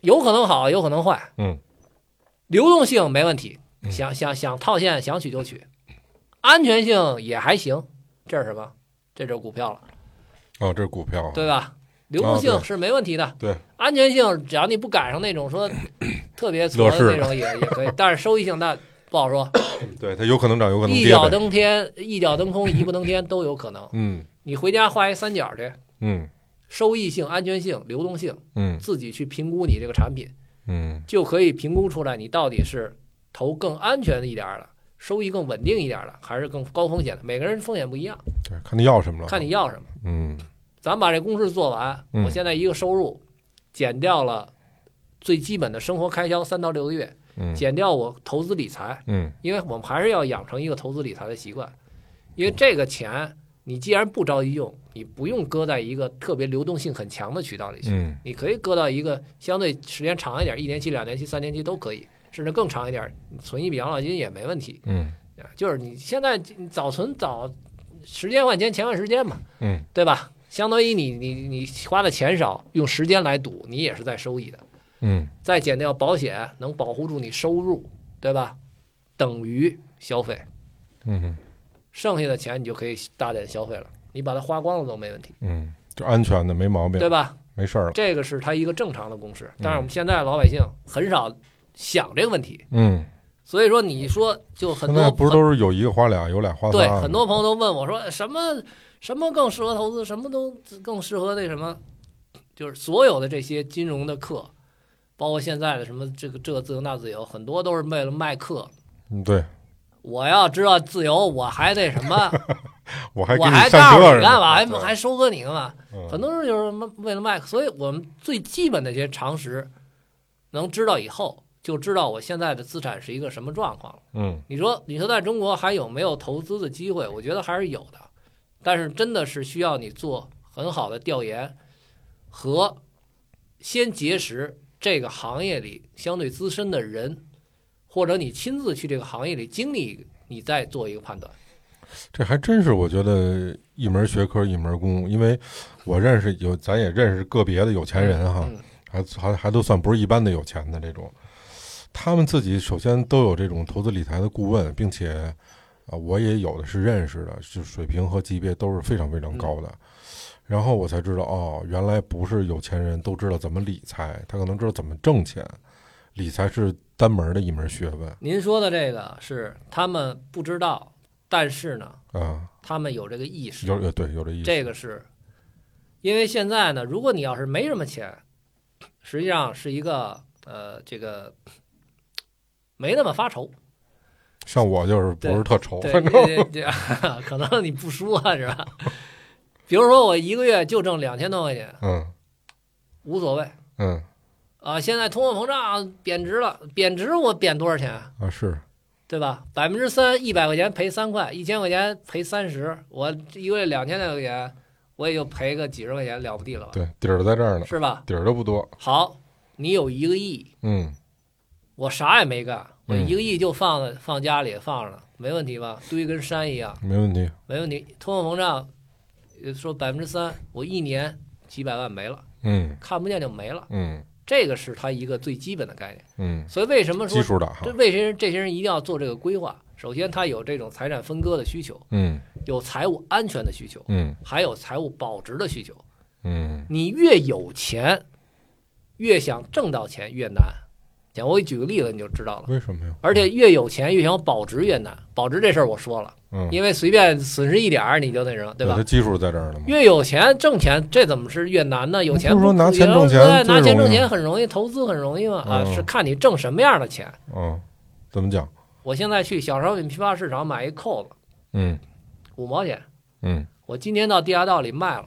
Speaker 1: 有可能好，有可能坏。
Speaker 2: 嗯，
Speaker 1: 流动性没问题，
Speaker 2: 嗯
Speaker 1: 想想想套现想取就取，安全性也还行。这是什么？这就是股票了，
Speaker 2: 哦，这是股票啊，
Speaker 1: 对吧？流动
Speaker 2: 啊
Speaker 1: 性
Speaker 2: 对
Speaker 1: 是没问题的，
Speaker 2: 对，
Speaker 1: 安全性只要你不赶上那种 说特别挫
Speaker 2: 乐
Speaker 1: 的
Speaker 2: 视
Speaker 1: 那种也也可以，但是收益性那不好说，
Speaker 2: 对，它有可能涨，有可能
Speaker 1: 一
Speaker 2: 跌
Speaker 1: 脚
Speaker 2: 呗。
Speaker 1: 登天、一脚登空、一步登天都有可能。
Speaker 2: 嗯
Speaker 1: 你回家画一三角去，
Speaker 2: 嗯
Speaker 1: 收益性、安全性、流动性，
Speaker 2: 嗯
Speaker 1: 自己去评估你这个产品，
Speaker 2: 嗯
Speaker 1: 就可以评估出来你到底是投更安全一点儿的，收益更稳定一点儿的，还是更高风险的。每个人风险不一样，
Speaker 2: 对，看你要什么了。
Speaker 1: 看你要什么。
Speaker 2: 嗯
Speaker 1: 咱把这公式做完，
Speaker 2: 嗯
Speaker 1: 我现在一个收入，减掉了最基本的生活开销三到六个月，
Speaker 2: 嗯
Speaker 1: 减掉我投资理财，
Speaker 2: 嗯
Speaker 1: 因为我们还是要养成一个投资理财的习惯，因为这个钱你既然不着急用，你不用搁在一个特别流动性很强的渠道里去。
Speaker 2: 嗯
Speaker 1: 你可以搁到一个相对时间长一点，一年期、两年期、三年期都可以，甚至更长一点，存一笔养老金也没问题
Speaker 2: 嗯
Speaker 1: 啊。就是你现在你早存早，时间换钱，钱换时间嘛，
Speaker 2: 嗯
Speaker 1: 对吧？相当于你你你花的钱少，用时间来赌，你也是在收益的。
Speaker 2: 嗯
Speaker 1: 再减掉保险，能保护住你收入，对吧？等于消费，
Speaker 2: 嗯
Speaker 1: 剩下的钱你就可以大胆消费了，你把它花光了都没问题，
Speaker 2: 嗯，就安全的，没毛病
Speaker 1: 对，吧？
Speaker 2: 没事儿嗯了。
Speaker 1: 这个是它一个正常的公式。但是我们现在老百姓很少想这个问题，
Speaker 2: 嗯，
Speaker 1: 所以说你说就很
Speaker 2: 现
Speaker 1: 多
Speaker 2: 在不是都是有一个花俩，有俩花仨
Speaker 1: 对
Speaker 2: 吗
Speaker 1: 很多朋友都问我说什么什么更适合投资，什么都更适合那什么，就是所有的这些金融的课，包括现在的什么这个这个自由那自由，很多都是为了卖课。
Speaker 2: 嗯对，
Speaker 1: 我要知道自由，我还那什么，
Speaker 2: 我还给
Speaker 1: 我
Speaker 2: 你
Speaker 1: 还
Speaker 2: 上
Speaker 1: 告诉
Speaker 2: 课
Speaker 1: 你
Speaker 2: 呢
Speaker 1: 干嘛，还
Speaker 2: 对
Speaker 1: 还收割你干嘛？
Speaker 2: 嗯
Speaker 1: 很多人就是为了卖，所以我们最基本的一些常识能知道以后，就知道我现在的资产是一个什么状况了。
Speaker 2: 嗯
Speaker 1: 你说，你说在中国还有没有投资的机会？我觉得还是有的，但是真的是需要你做很好的调研和先结识这个行业里相对资深的人，或者你亲自去这个行业里经历，你再做一个判断。
Speaker 2: 这还真是，我觉得一门学科一门功，因为我认识有，咱也认识个别的有钱人哈，
Speaker 1: 嗯
Speaker 2: 还还还都算不是一般的有钱的这种，他们自己首先都有这种投资理财的顾问，并且啊，我也有的是认识的，就水平和级别都是非常非
Speaker 1: 嗯
Speaker 2: 常高的。然后我才知道，哦，原来不是有钱人都知道怎么理财，他可能知道怎么挣钱，理财是单门的一门学问
Speaker 1: 您说的这个是他们不知道，但是呢，
Speaker 2: 啊，
Speaker 1: 他们有这个意识，
Speaker 2: 有有对有这意思，
Speaker 1: 这个是，因为现在呢，如果你要是没什么钱，实际上是一个呃，这个没那么发 愁，
Speaker 2: 像我就是不是特愁，
Speaker 1: 对，
Speaker 2: 反正
Speaker 1: 这这 可能你不说是吧？比如说我一个月就挣两千多块钱，
Speaker 2: 嗯。
Speaker 1: 无所谓
Speaker 2: 嗯
Speaker 1: 啊。现在通货膨胀贬值了，贬值我贬多少钱啊？
Speaker 2: 啊是，
Speaker 1: 对吧？百分之三，一百块钱赔三块，一千块钱赔三十，我一个月两千来块钱，我也就赔个几十块钱，了不地了吧？
Speaker 2: 对，底儿在这儿呢，
Speaker 1: 是吧？
Speaker 2: 底儿都不多。
Speaker 1: 好，你有一个亿，
Speaker 2: 嗯
Speaker 1: 我啥也没干，我
Speaker 2: 嗯
Speaker 1: 一个亿就放在放家里放着呢，没问题吧？堆跟山一样，
Speaker 2: 没问题。
Speaker 1: 没问题。通货膨胀呃说百分之三，我一年几百万没了，
Speaker 2: 嗯
Speaker 1: 看不见就没了。
Speaker 2: 嗯
Speaker 1: 这个是它一个最基本的概念。
Speaker 2: 嗯，
Speaker 1: 所以为什么
Speaker 2: 基
Speaker 1: 说
Speaker 2: 础党哈
Speaker 1: 这。为什么这些人一定要做这个规划？首先，他有这种财产分割的需求。
Speaker 2: 嗯
Speaker 1: 有财务安全的需求，
Speaker 2: 嗯
Speaker 1: 还有财务保值的需求。
Speaker 2: 嗯
Speaker 1: 你越有钱，越想挣到钱越难。讲，我给你举个例子你就知道了。
Speaker 2: 为什么呀？
Speaker 1: 而且越有钱越想保值越难，保值这事儿我说了，
Speaker 2: 嗯，
Speaker 1: 因为随便损失一点儿你就那什么，对吧
Speaker 2: 它？基础在这儿呢嘛。
Speaker 1: 越有钱挣钱，这怎么是越难呢？有钱
Speaker 2: 不是说拿钱挣钱
Speaker 1: 有人说哎拿
Speaker 2: 最
Speaker 1: 钱
Speaker 2: 容易
Speaker 1: 挣
Speaker 2: 啊
Speaker 1: 钱很容易，投资很容易嘛？啊，
Speaker 2: 嗯
Speaker 1: 是看你挣什么样的钱。
Speaker 2: 嗯，怎么讲？
Speaker 1: 我现在去小商品批发市场买一扣子，
Speaker 2: 嗯
Speaker 1: 五毛钱，
Speaker 2: 嗯
Speaker 1: 我今天到地下道里卖了，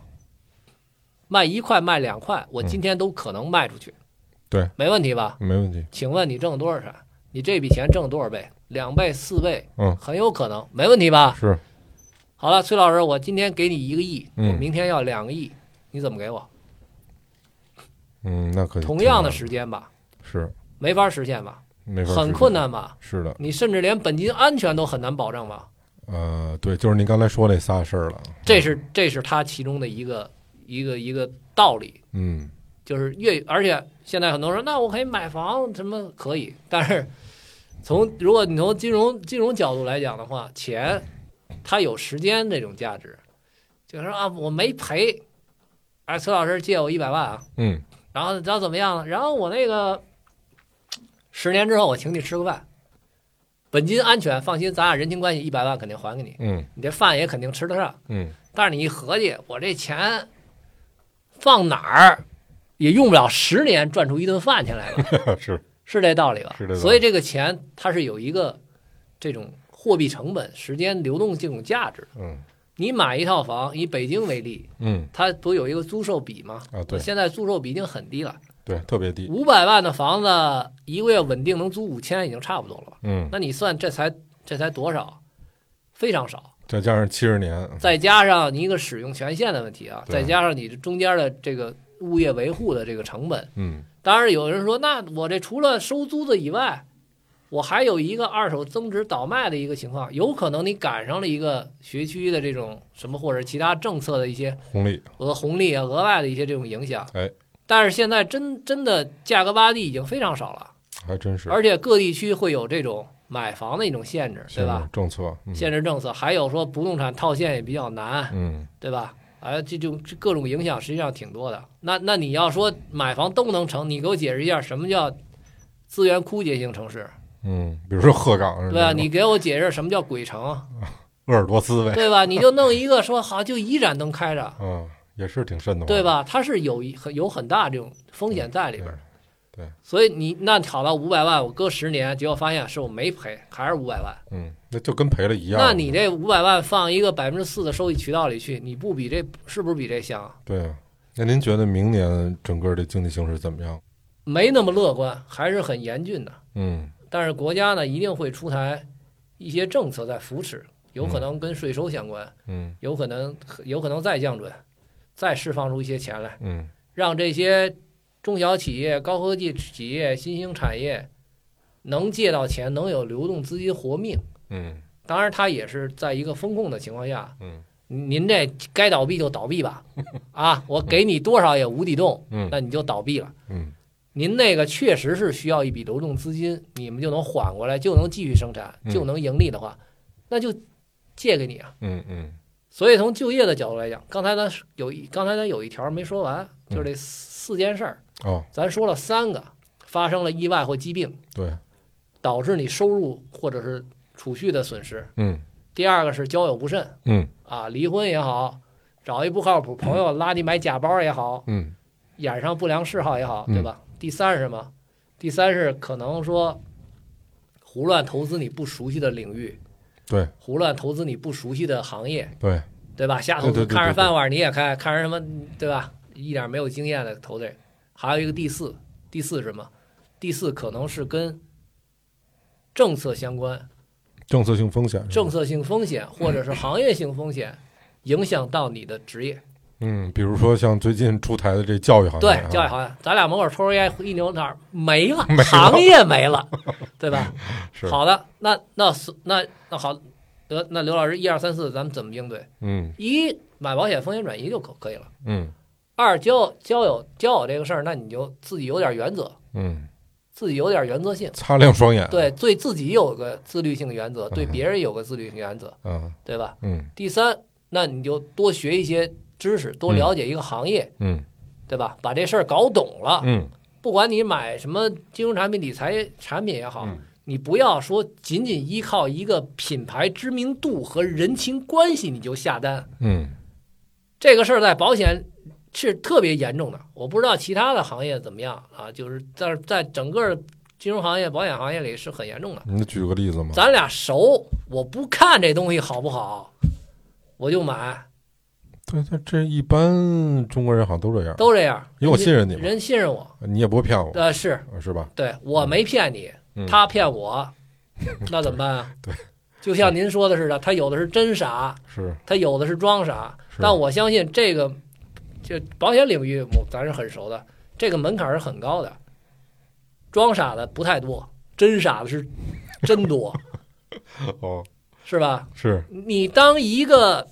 Speaker 1: 卖一块卖两块，我今天都可能卖出去，
Speaker 2: 嗯对，
Speaker 1: 没问题吧？
Speaker 2: 没问题。
Speaker 1: 请问你挣了多少钱？你这笔钱挣了多少倍？两倍、四倍，
Speaker 2: 嗯
Speaker 1: 很有可能，没问题吧？
Speaker 2: 是
Speaker 1: 好了，崔老师，我今天给你一个亿，
Speaker 2: 嗯
Speaker 1: 我明天要两个亿，你怎么给我？
Speaker 2: 嗯，那可
Speaker 1: 同样的
Speaker 2: 是
Speaker 1: 时间吧，
Speaker 2: 是
Speaker 1: 没法实现吧，
Speaker 2: 没法
Speaker 1: 很
Speaker 2: 实
Speaker 1: 困
Speaker 2: 现。
Speaker 1: 难吧？
Speaker 2: 是的，
Speaker 1: 你甚至连本金安全都很难保障吧？
Speaker 2: 呃，对，就是您刚才说那仨事儿了。
Speaker 1: 这是这是他其中的一个一个一个道理。
Speaker 2: 嗯
Speaker 1: 就是越，而且现在很多人说，那我可以买房，什么可以，但是从如果你从金融金融角度来讲的话，钱它有时间这种价值，就是说啊，我没赔，哎，崔老师借我一百万啊，
Speaker 2: 嗯，
Speaker 1: 然后然后怎么样了？然后我那个十年之后我请你吃个饭，本金安全，放心，咱俩人情关系一百万肯定还给你，
Speaker 2: 嗯
Speaker 1: 你这饭也肯定吃得上。
Speaker 2: 嗯
Speaker 1: 但是你一合计，我这钱放哪儿也用不了十年赚出一顿饭钱来 吧，
Speaker 2: 嗯，是，
Speaker 1: 是这道理吧？
Speaker 2: 是这道理
Speaker 1: 所以这个钱它是有一个这种货币成本、时间流动这种价值的。
Speaker 2: 嗯
Speaker 1: 你买一套房，以北京为例，
Speaker 2: 嗯
Speaker 1: 它不有一个租售比吗？
Speaker 2: 啊，对
Speaker 1: 现在租售比已经很低了，
Speaker 2: 对，特别低，
Speaker 1: 五百万的房子一个月稳定能租五千，已经差不多了吧？
Speaker 2: 嗯，
Speaker 1: 那你算这才这才多少？非常少。
Speaker 2: 再加上七十年，
Speaker 1: 再加上你一个使用权限的问题啊，
Speaker 2: 对
Speaker 1: 再加上你中间的这个物业维护的这个成本。
Speaker 2: 嗯
Speaker 1: 当然，有人说，那我这除了收租子以外，我还有一个二手增值倒卖的一个情况，有可能你赶上了一个学区的这种什么或者其他政策的一些
Speaker 2: 红利，
Speaker 1: 额红利啊、额外的一些这种影响。
Speaker 2: 哎，
Speaker 1: 但是现在真真的价格洼地已经非常少了，
Speaker 2: 还真是，
Speaker 1: 而且各地区会有这种买房的一种限制，对吧？？
Speaker 2: 政策，嗯
Speaker 1: 限制政策，还有说不动产套现也比较难，
Speaker 2: 嗯
Speaker 1: 对吧？啊，这种这各种影响实际上挺多的。那那你要说买房都能成，你给我解释一下什么叫资源枯竭型城市，
Speaker 2: 嗯，比如说鹤岗是吧，哎
Speaker 1: 对吧？你给我解释什么叫鬼城，
Speaker 2: 鄂尔多斯呗，
Speaker 1: 对吧？你就弄一个说好就一盏灯开着，
Speaker 2: 嗯，也是挺瘆得慌，
Speaker 1: 对？吧？它是有一很有很大这种风险在里边儿。
Speaker 2: 对对
Speaker 1: 所以你那好了，五百万我搁十年，结果发现是我没赔，还是五百万。
Speaker 2: 嗯，那就跟赔了一样，
Speaker 1: 那你这五百万放一个百分之四的收益渠道里去，你不比这是不是比这香啊？
Speaker 2: 对啊，那您觉得明年整个的经济形势怎么样？
Speaker 1: 没那么乐观，还是很严峻的。
Speaker 2: 嗯
Speaker 1: 但是国家呢一定会出台一些政策在扶持，有可能跟税收相关，
Speaker 2: 嗯
Speaker 1: 有可能有可能再降准，再释放出一些钱来，
Speaker 2: 嗯
Speaker 1: 让这些中小企业、高科技企业、新兴产业能借到钱，能有流动资金活命。
Speaker 2: 嗯
Speaker 1: 当然，它也是在一个风控的情况下，
Speaker 2: 嗯
Speaker 1: 您这该倒闭就倒闭吧，啊，我给你多少也无底洞，
Speaker 2: 嗯
Speaker 1: 那你就倒闭了。
Speaker 2: 嗯
Speaker 1: 您那个确实是需要一笔流动资金，你们就能缓过来，就能继续生产，
Speaker 2: 嗯
Speaker 1: 就能盈利的话，那就借给你啊。
Speaker 2: 嗯嗯
Speaker 1: 所以从就业的角度来讲，刚才咱是有一刚才咱有一条没说完，就
Speaker 2: 嗯
Speaker 1: 是这四四件事儿，
Speaker 2: 哦，
Speaker 1: 咱说了三个发生了意外或疾病，
Speaker 2: 对，
Speaker 1: 导致你收入或者是储蓄的损失；
Speaker 2: 嗯
Speaker 1: 第二个是交友不慎
Speaker 2: 嗯
Speaker 1: 啊，离婚也好，找一不靠谱朋友拉你买假包也好，
Speaker 2: 嗯
Speaker 1: 染上不良嗜好也好，
Speaker 2: 嗯
Speaker 1: 对吧？第三是什么？第三是可能说胡乱投资你不熟悉的领域，
Speaker 2: 对，
Speaker 1: 胡乱投资你不熟悉的行业，
Speaker 2: 对，
Speaker 1: 对吧？瞎投
Speaker 2: 对
Speaker 1: 资，
Speaker 2: 对对对
Speaker 1: 看着饭碗你也开，看着什么，对吧？一点没有经验的投资。还有一个第四，第四是什么？第四可能是跟政策相关，
Speaker 2: 嗯政策性风险是吧，
Speaker 1: 政策性风险或者是行业性风险，影响到你的职业。
Speaker 2: 嗯，比如说像最近出台的这教育行业
Speaker 1: 对
Speaker 2: 啊，，
Speaker 1: 教育行业，咱俩门口抽根烟，一扭哪儿没了
Speaker 2: 没了，
Speaker 1: 行业没 了，对吧？
Speaker 2: 是，
Speaker 1: 好的，那那是那那好，得那刘老师一二三四，咱们怎么应对？
Speaker 2: 嗯
Speaker 1: 一买保险风险转移就可可以了。
Speaker 2: 嗯
Speaker 1: 二交交友交友这个事儿，那你就自己有点原则，
Speaker 2: 嗯，
Speaker 1: 自己有点原则性，
Speaker 2: 擦亮双眼，，
Speaker 1: 对，对自己有个自律性原则，对别人有个自律性原则，
Speaker 2: 嗯
Speaker 1: 对吧？
Speaker 2: 嗯
Speaker 1: 第三，那你就多学一些知识，多了解一个行业，
Speaker 2: 嗯
Speaker 1: 对吧？把这事儿搞懂了，
Speaker 2: 嗯
Speaker 1: 不管你买什么金融产品、理财产品也好，
Speaker 2: 嗯
Speaker 1: 你不要说仅仅依靠一个品牌知名度和人情关系你就下单。
Speaker 2: 嗯
Speaker 1: 这个事儿在保险是特别严重的，我不知道其他的行业怎么样啊，就是但是在整个金融行业、保险行业里是很严重的。
Speaker 2: 你举个例子嘛，
Speaker 1: 咱俩熟，我不看这东西好不好，我就买，
Speaker 2: 对，这这一般中国人好像都这样，
Speaker 1: 都这样。
Speaker 2: 因为我信任你嘛，
Speaker 1: 人信任我，
Speaker 2: 你也不会骗我，
Speaker 1: 呃，是
Speaker 2: 是吧？
Speaker 1: 对我没骗你，
Speaker 2: 嗯
Speaker 1: 他骗 我，那怎么办啊？
Speaker 2: 对，
Speaker 1: 就像您说的似的，他有的是真傻，
Speaker 2: 是，
Speaker 1: 他有的是装傻。
Speaker 2: 是
Speaker 1: 但我相信这个，这保险领域我咱是很熟的，这个门槛是很高的，装傻的不太多，真傻的是真 多，
Speaker 2: 哦，
Speaker 1: 是吧？
Speaker 2: 是，
Speaker 1: 你当一个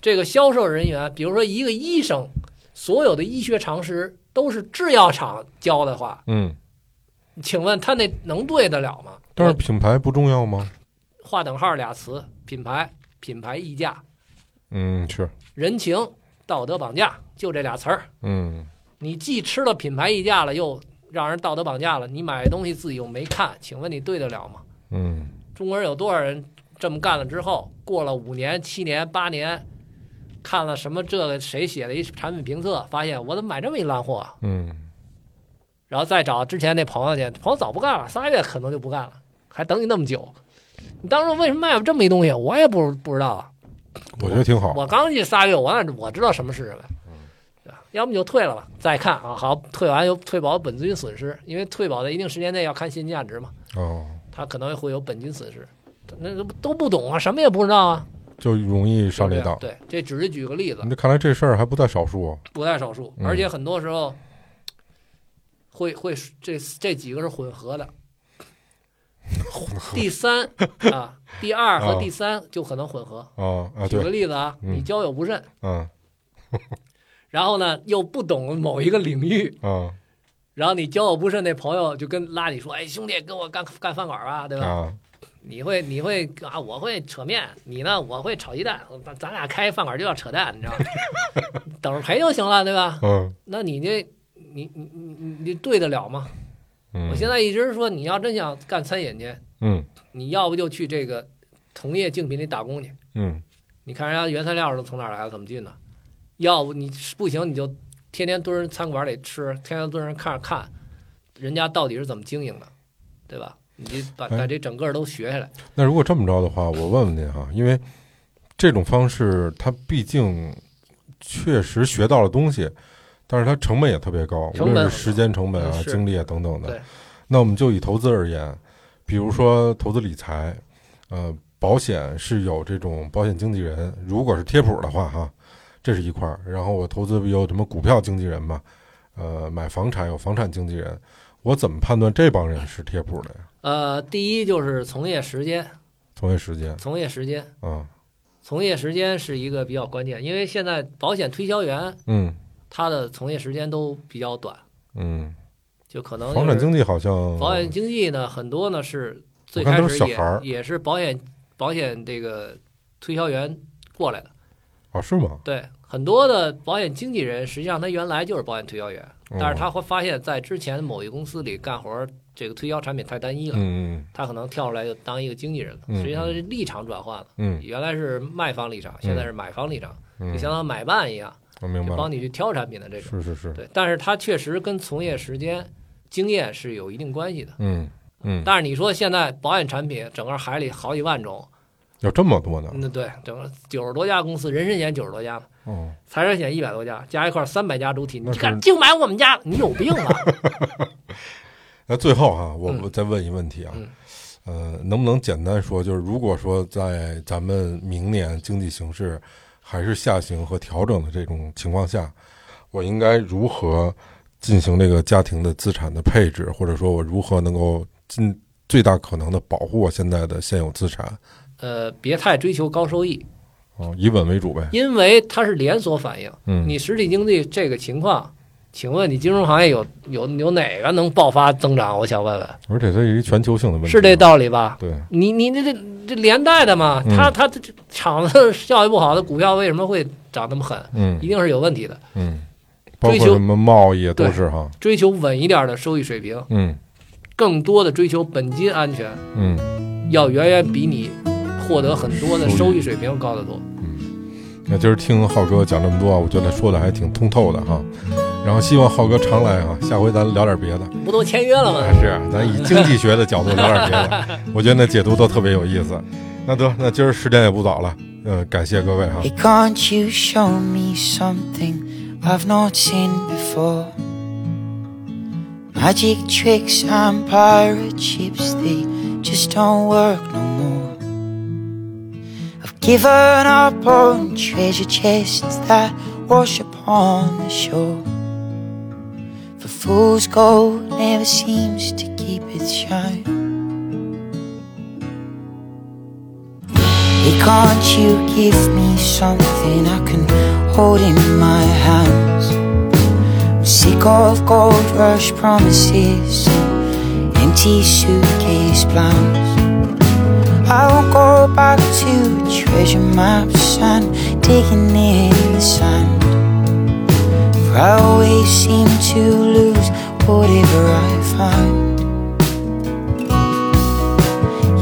Speaker 1: 这个销售人员，比如说一个医生，所有的医学常识都是制药厂教的话，
Speaker 2: 嗯，
Speaker 1: 请问他那能对得了吗？
Speaker 2: 但是品牌不重要吗？
Speaker 1: 划等号俩词：品牌、品牌溢价、
Speaker 2: 嗯，是，
Speaker 1: 人情、道德绑架，就这俩词儿。
Speaker 2: 嗯
Speaker 1: 你既吃了品牌溢价了，又让人道德绑架了，你买东西自己又没看，请问你对得了吗？
Speaker 2: 嗯
Speaker 1: 中国人有多少人这么干了之后，过了五年、七年、八年，看了什么这个谁写的一产品评测，发现我怎么买这么一烂货啊？
Speaker 2: 嗯，
Speaker 1: 然后再找之前那朋友去，朋友早不干了，仨月可能就不干了，还等你那么久。你当初为什么卖我这么一东西？我也不不知道啊。
Speaker 2: 我觉得挺好。嗯
Speaker 1: 我刚进仨月，我哪我知道什么是什么？对吧要么就退了吧，再看啊。好，退完有退保本金损失，因为退保在一定时间内要看现金价值嘛，
Speaker 2: 哦，
Speaker 1: 它可能会有本金损失。那都都不懂啊，什么也不知道啊。
Speaker 2: 就容易上这
Speaker 1: 就
Speaker 2: 当。
Speaker 1: 这样对，这只是举个例子
Speaker 2: 那，看来这事儿还不在少数。
Speaker 1: 不在少数，
Speaker 2: 嗯
Speaker 1: 而且很多时候会会这这几个是混合的。第三啊，第二和
Speaker 2: 啊
Speaker 1: 第三就可能混合。
Speaker 2: 啊啊，
Speaker 1: 举个
Speaker 2: 对，
Speaker 1: 例子啊，
Speaker 2: 嗯
Speaker 1: 你交友不慎，
Speaker 2: 嗯
Speaker 1: 然后呢又不懂某一个领域，
Speaker 2: 啊
Speaker 1: 然后你交友不慎那朋友就跟拉你说，哎兄弟跟我干干饭馆吧，对吧？
Speaker 2: 啊，
Speaker 1: 你会你会啊，我会扯面，你呢我会炒鸡蛋，咱咱俩开饭馆就叫扯淡，你知道吗？ 等着赔就行了，对吧？
Speaker 2: 嗯
Speaker 1: 那你这，你你你你你对得了吗？
Speaker 2: 嗯，
Speaker 1: 我现在一直说，你要真想干餐饮去，
Speaker 2: 嗯
Speaker 1: 你要不就去这个同业竞品里打工去，
Speaker 2: 嗯
Speaker 1: 你看人家原材料都从哪儿来的，怎么进的？要不你不行，你就天天蹲人餐馆里吃，天天蹲人看着看，人家到底是怎么经营的，对吧？你就把
Speaker 2: 哎
Speaker 1: 把这整个都学下来，
Speaker 2: 那如果这么着的话，我问问您哈，因为这种方式它毕竟确实学到了东西，但是它成本也特别高，
Speaker 1: 成
Speaker 2: 无
Speaker 1: 本
Speaker 2: 论是时间成本啊、
Speaker 1: 嗯是
Speaker 2: 精力啊等等的
Speaker 1: 对。
Speaker 2: 那我们就以投资而言，比如说投资理财，呃，保险是有这种保险经纪人，如果是贴谱的话哈，这是一块儿。然后我投资有什么股票经纪人嘛，呃，买房产有房产经纪人，我怎么判断这帮人是贴谱的呀？
Speaker 1: 呃，第一就是从业时间，
Speaker 2: 从业时间
Speaker 1: 从业时间，
Speaker 2: 啊，
Speaker 1: 从业时间是一个比较关键，因为现在保险推销员
Speaker 2: 嗯
Speaker 1: 他的从业时间都比较短，
Speaker 2: 嗯。
Speaker 1: 就可能
Speaker 2: 房产经
Speaker 1: 济，
Speaker 2: 济好像
Speaker 1: 保险经纪呢，很多呢是最
Speaker 2: 我看
Speaker 1: 开
Speaker 2: 都是
Speaker 1: 始
Speaker 2: 小
Speaker 1: 也
Speaker 2: 孩儿
Speaker 1: 也是保险保险这个推销员过来的，
Speaker 2: 啊是吗？
Speaker 1: 对，很多的保险经纪人实际上他原来就是保险推销员，
Speaker 2: 哦
Speaker 1: 但是他会发现，在之前某一公司里干活儿，这个推销产品太单一了，
Speaker 2: 嗯
Speaker 1: 他可能跳出来就当一个经纪人了，
Speaker 2: 嗯
Speaker 1: 实际上是立场转换了。
Speaker 2: 嗯
Speaker 1: 原来是卖方立场，现在是买方立场，
Speaker 2: 嗯
Speaker 1: 就
Speaker 2: 嗯，
Speaker 1: 相当于买办一样，
Speaker 2: 我明白
Speaker 1: 就
Speaker 2: 了
Speaker 1: 帮，你去挑产品的这种。
Speaker 2: 是是是，
Speaker 1: 对，但是它确实跟从业时间、经验是有一定关系的。
Speaker 2: 嗯嗯，
Speaker 1: 但是你说现在保险产品整个海里好几万种，
Speaker 2: 有这么多呢？
Speaker 1: 那对，整个九十多家公司，人身险九十多家，
Speaker 2: 哦，
Speaker 1: 财产险一百多家，加一块三百家主体，
Speaker 2: 那
Speaker 1: 你
Speaker 2: 是
Speaker 1: 敢净买我们家？你有病啊吧？
Speaker 2: 那最后哈，我
Speaker 1: 嗯
Speaker 2: 我再问一问题啊
Speaker 1: 嗯，
Speaker 2: 呃，能不能简单说，就是如果说在咱们明年经济形势还是下行和调整的这种情况下，我应该如何进行这个家庭的资产的配置，或者说我如何能够尽最大可能的保护我现在的现有资产？
Speaker 1: 呃，别太追求高收益，
Speaker 2: 哦，以稳为主呗。
Speaker 1: 因为它是连锁反应。
Speaker 2: 嗯，
Speaker 1: 你实体经济这个情况，请问你金融行业有有有哪个能爆发增长？我想问问，
Speaker 2: 而且它是一全球性的问题，啊
Speaker 1: 是这道理吧？
Speaker 2: 对，
Speaker 1: 你你这这这连带的嘛，
Speaker 2: 嗯
Speaker 1: 它它这这厂子 效益不好的股票为什么会涨那么狠？一
Speaker 2: 嗯
Speaker 1: 定是有问题的。
Speaker 2: 嗯，包
Speaker 1: 追
Speaker 2: 括
Speaker 1: 求
Speaker 2: 什么贸易啊都是哈，
Speaker 1: 追求稳一点的收益水平，
Speaker 2: 嗯
Speaker 1: 更多的追求本金安全，
Speaker 2: 嗯，
Speaker 1: 要远远比你获得很多的收益水平高得多。
Speaker 2: 那今儿听浩哥讲这么多啊，我觉得说的还挺通透的哈，然后希望浩哥常来啊，下回咱聊点别的，
Speaker 1: 不都签约了吗？
Speaker 2: 但是咱以经济学的角度聊点别的， 我觉得那解读都特别有意思。那得，那今儿时间也不早了，呃，感谢各位哈
Speaker 7: Hey, can't you show me something I've not seen before? Magic tricks and pirate ships, they just don't work no more. I've given up on treasure chests that wash upon the shore. For fool's gold never seems to keep its shine. Hey, can't you give me something I can hold in my hands? Sick of gold rush promises and empty suitcase plans. I won't go back to treasure maps and digging in the sand. For I always seem to lose whatever I find.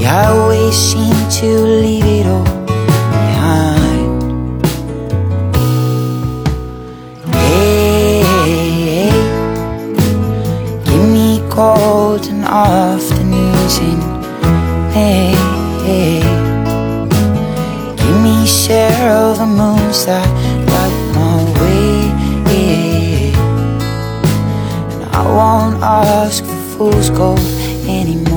Speaker 7: Yeah, I always seem to leave it all behind. Hey, give me golden afternoons in May. Give me silver moons that light my way. And I won't ask for fool's gold anymore.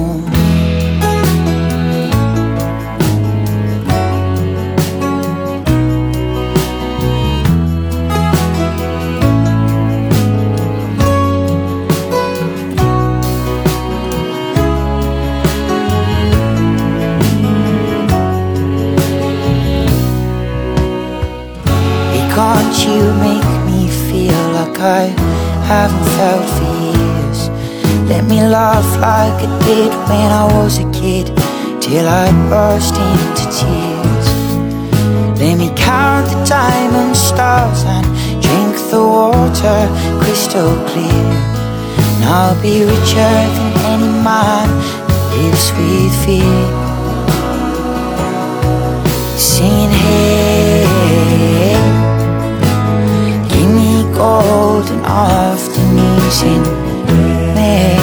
Speaker 7: Can't you make me feel like I haven't felt for years? Let me laugh like I did when I was a kid, till I burst into tears. Let me count the diamond stars and drink the water crystal clear. And I'll be richer than any man that lives with fear. Singing, hey. Give me golden afternoons in May.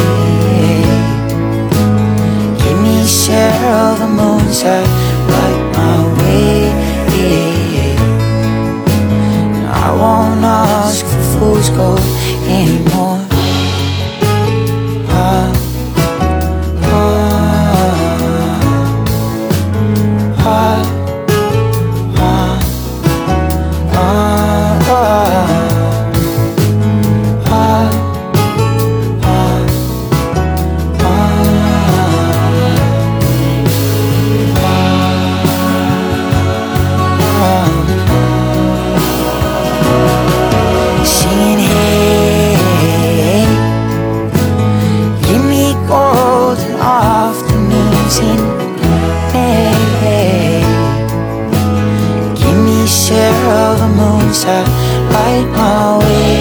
Speaker 7: Give me silver moons that light my way. I won't ask for fool's gold anymore. Ah, ah, ah. Singing, hey, give me golden afternoons in May. Give me silver moons that light my way.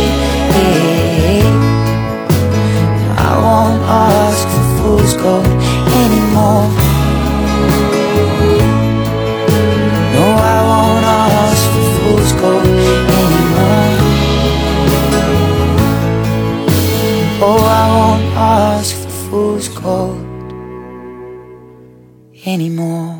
Speaker 7: I won't ask for fool's gold anymore. No, I won't ask for fool's gold anymore. Oh, I won't ask for fool's gold anymore.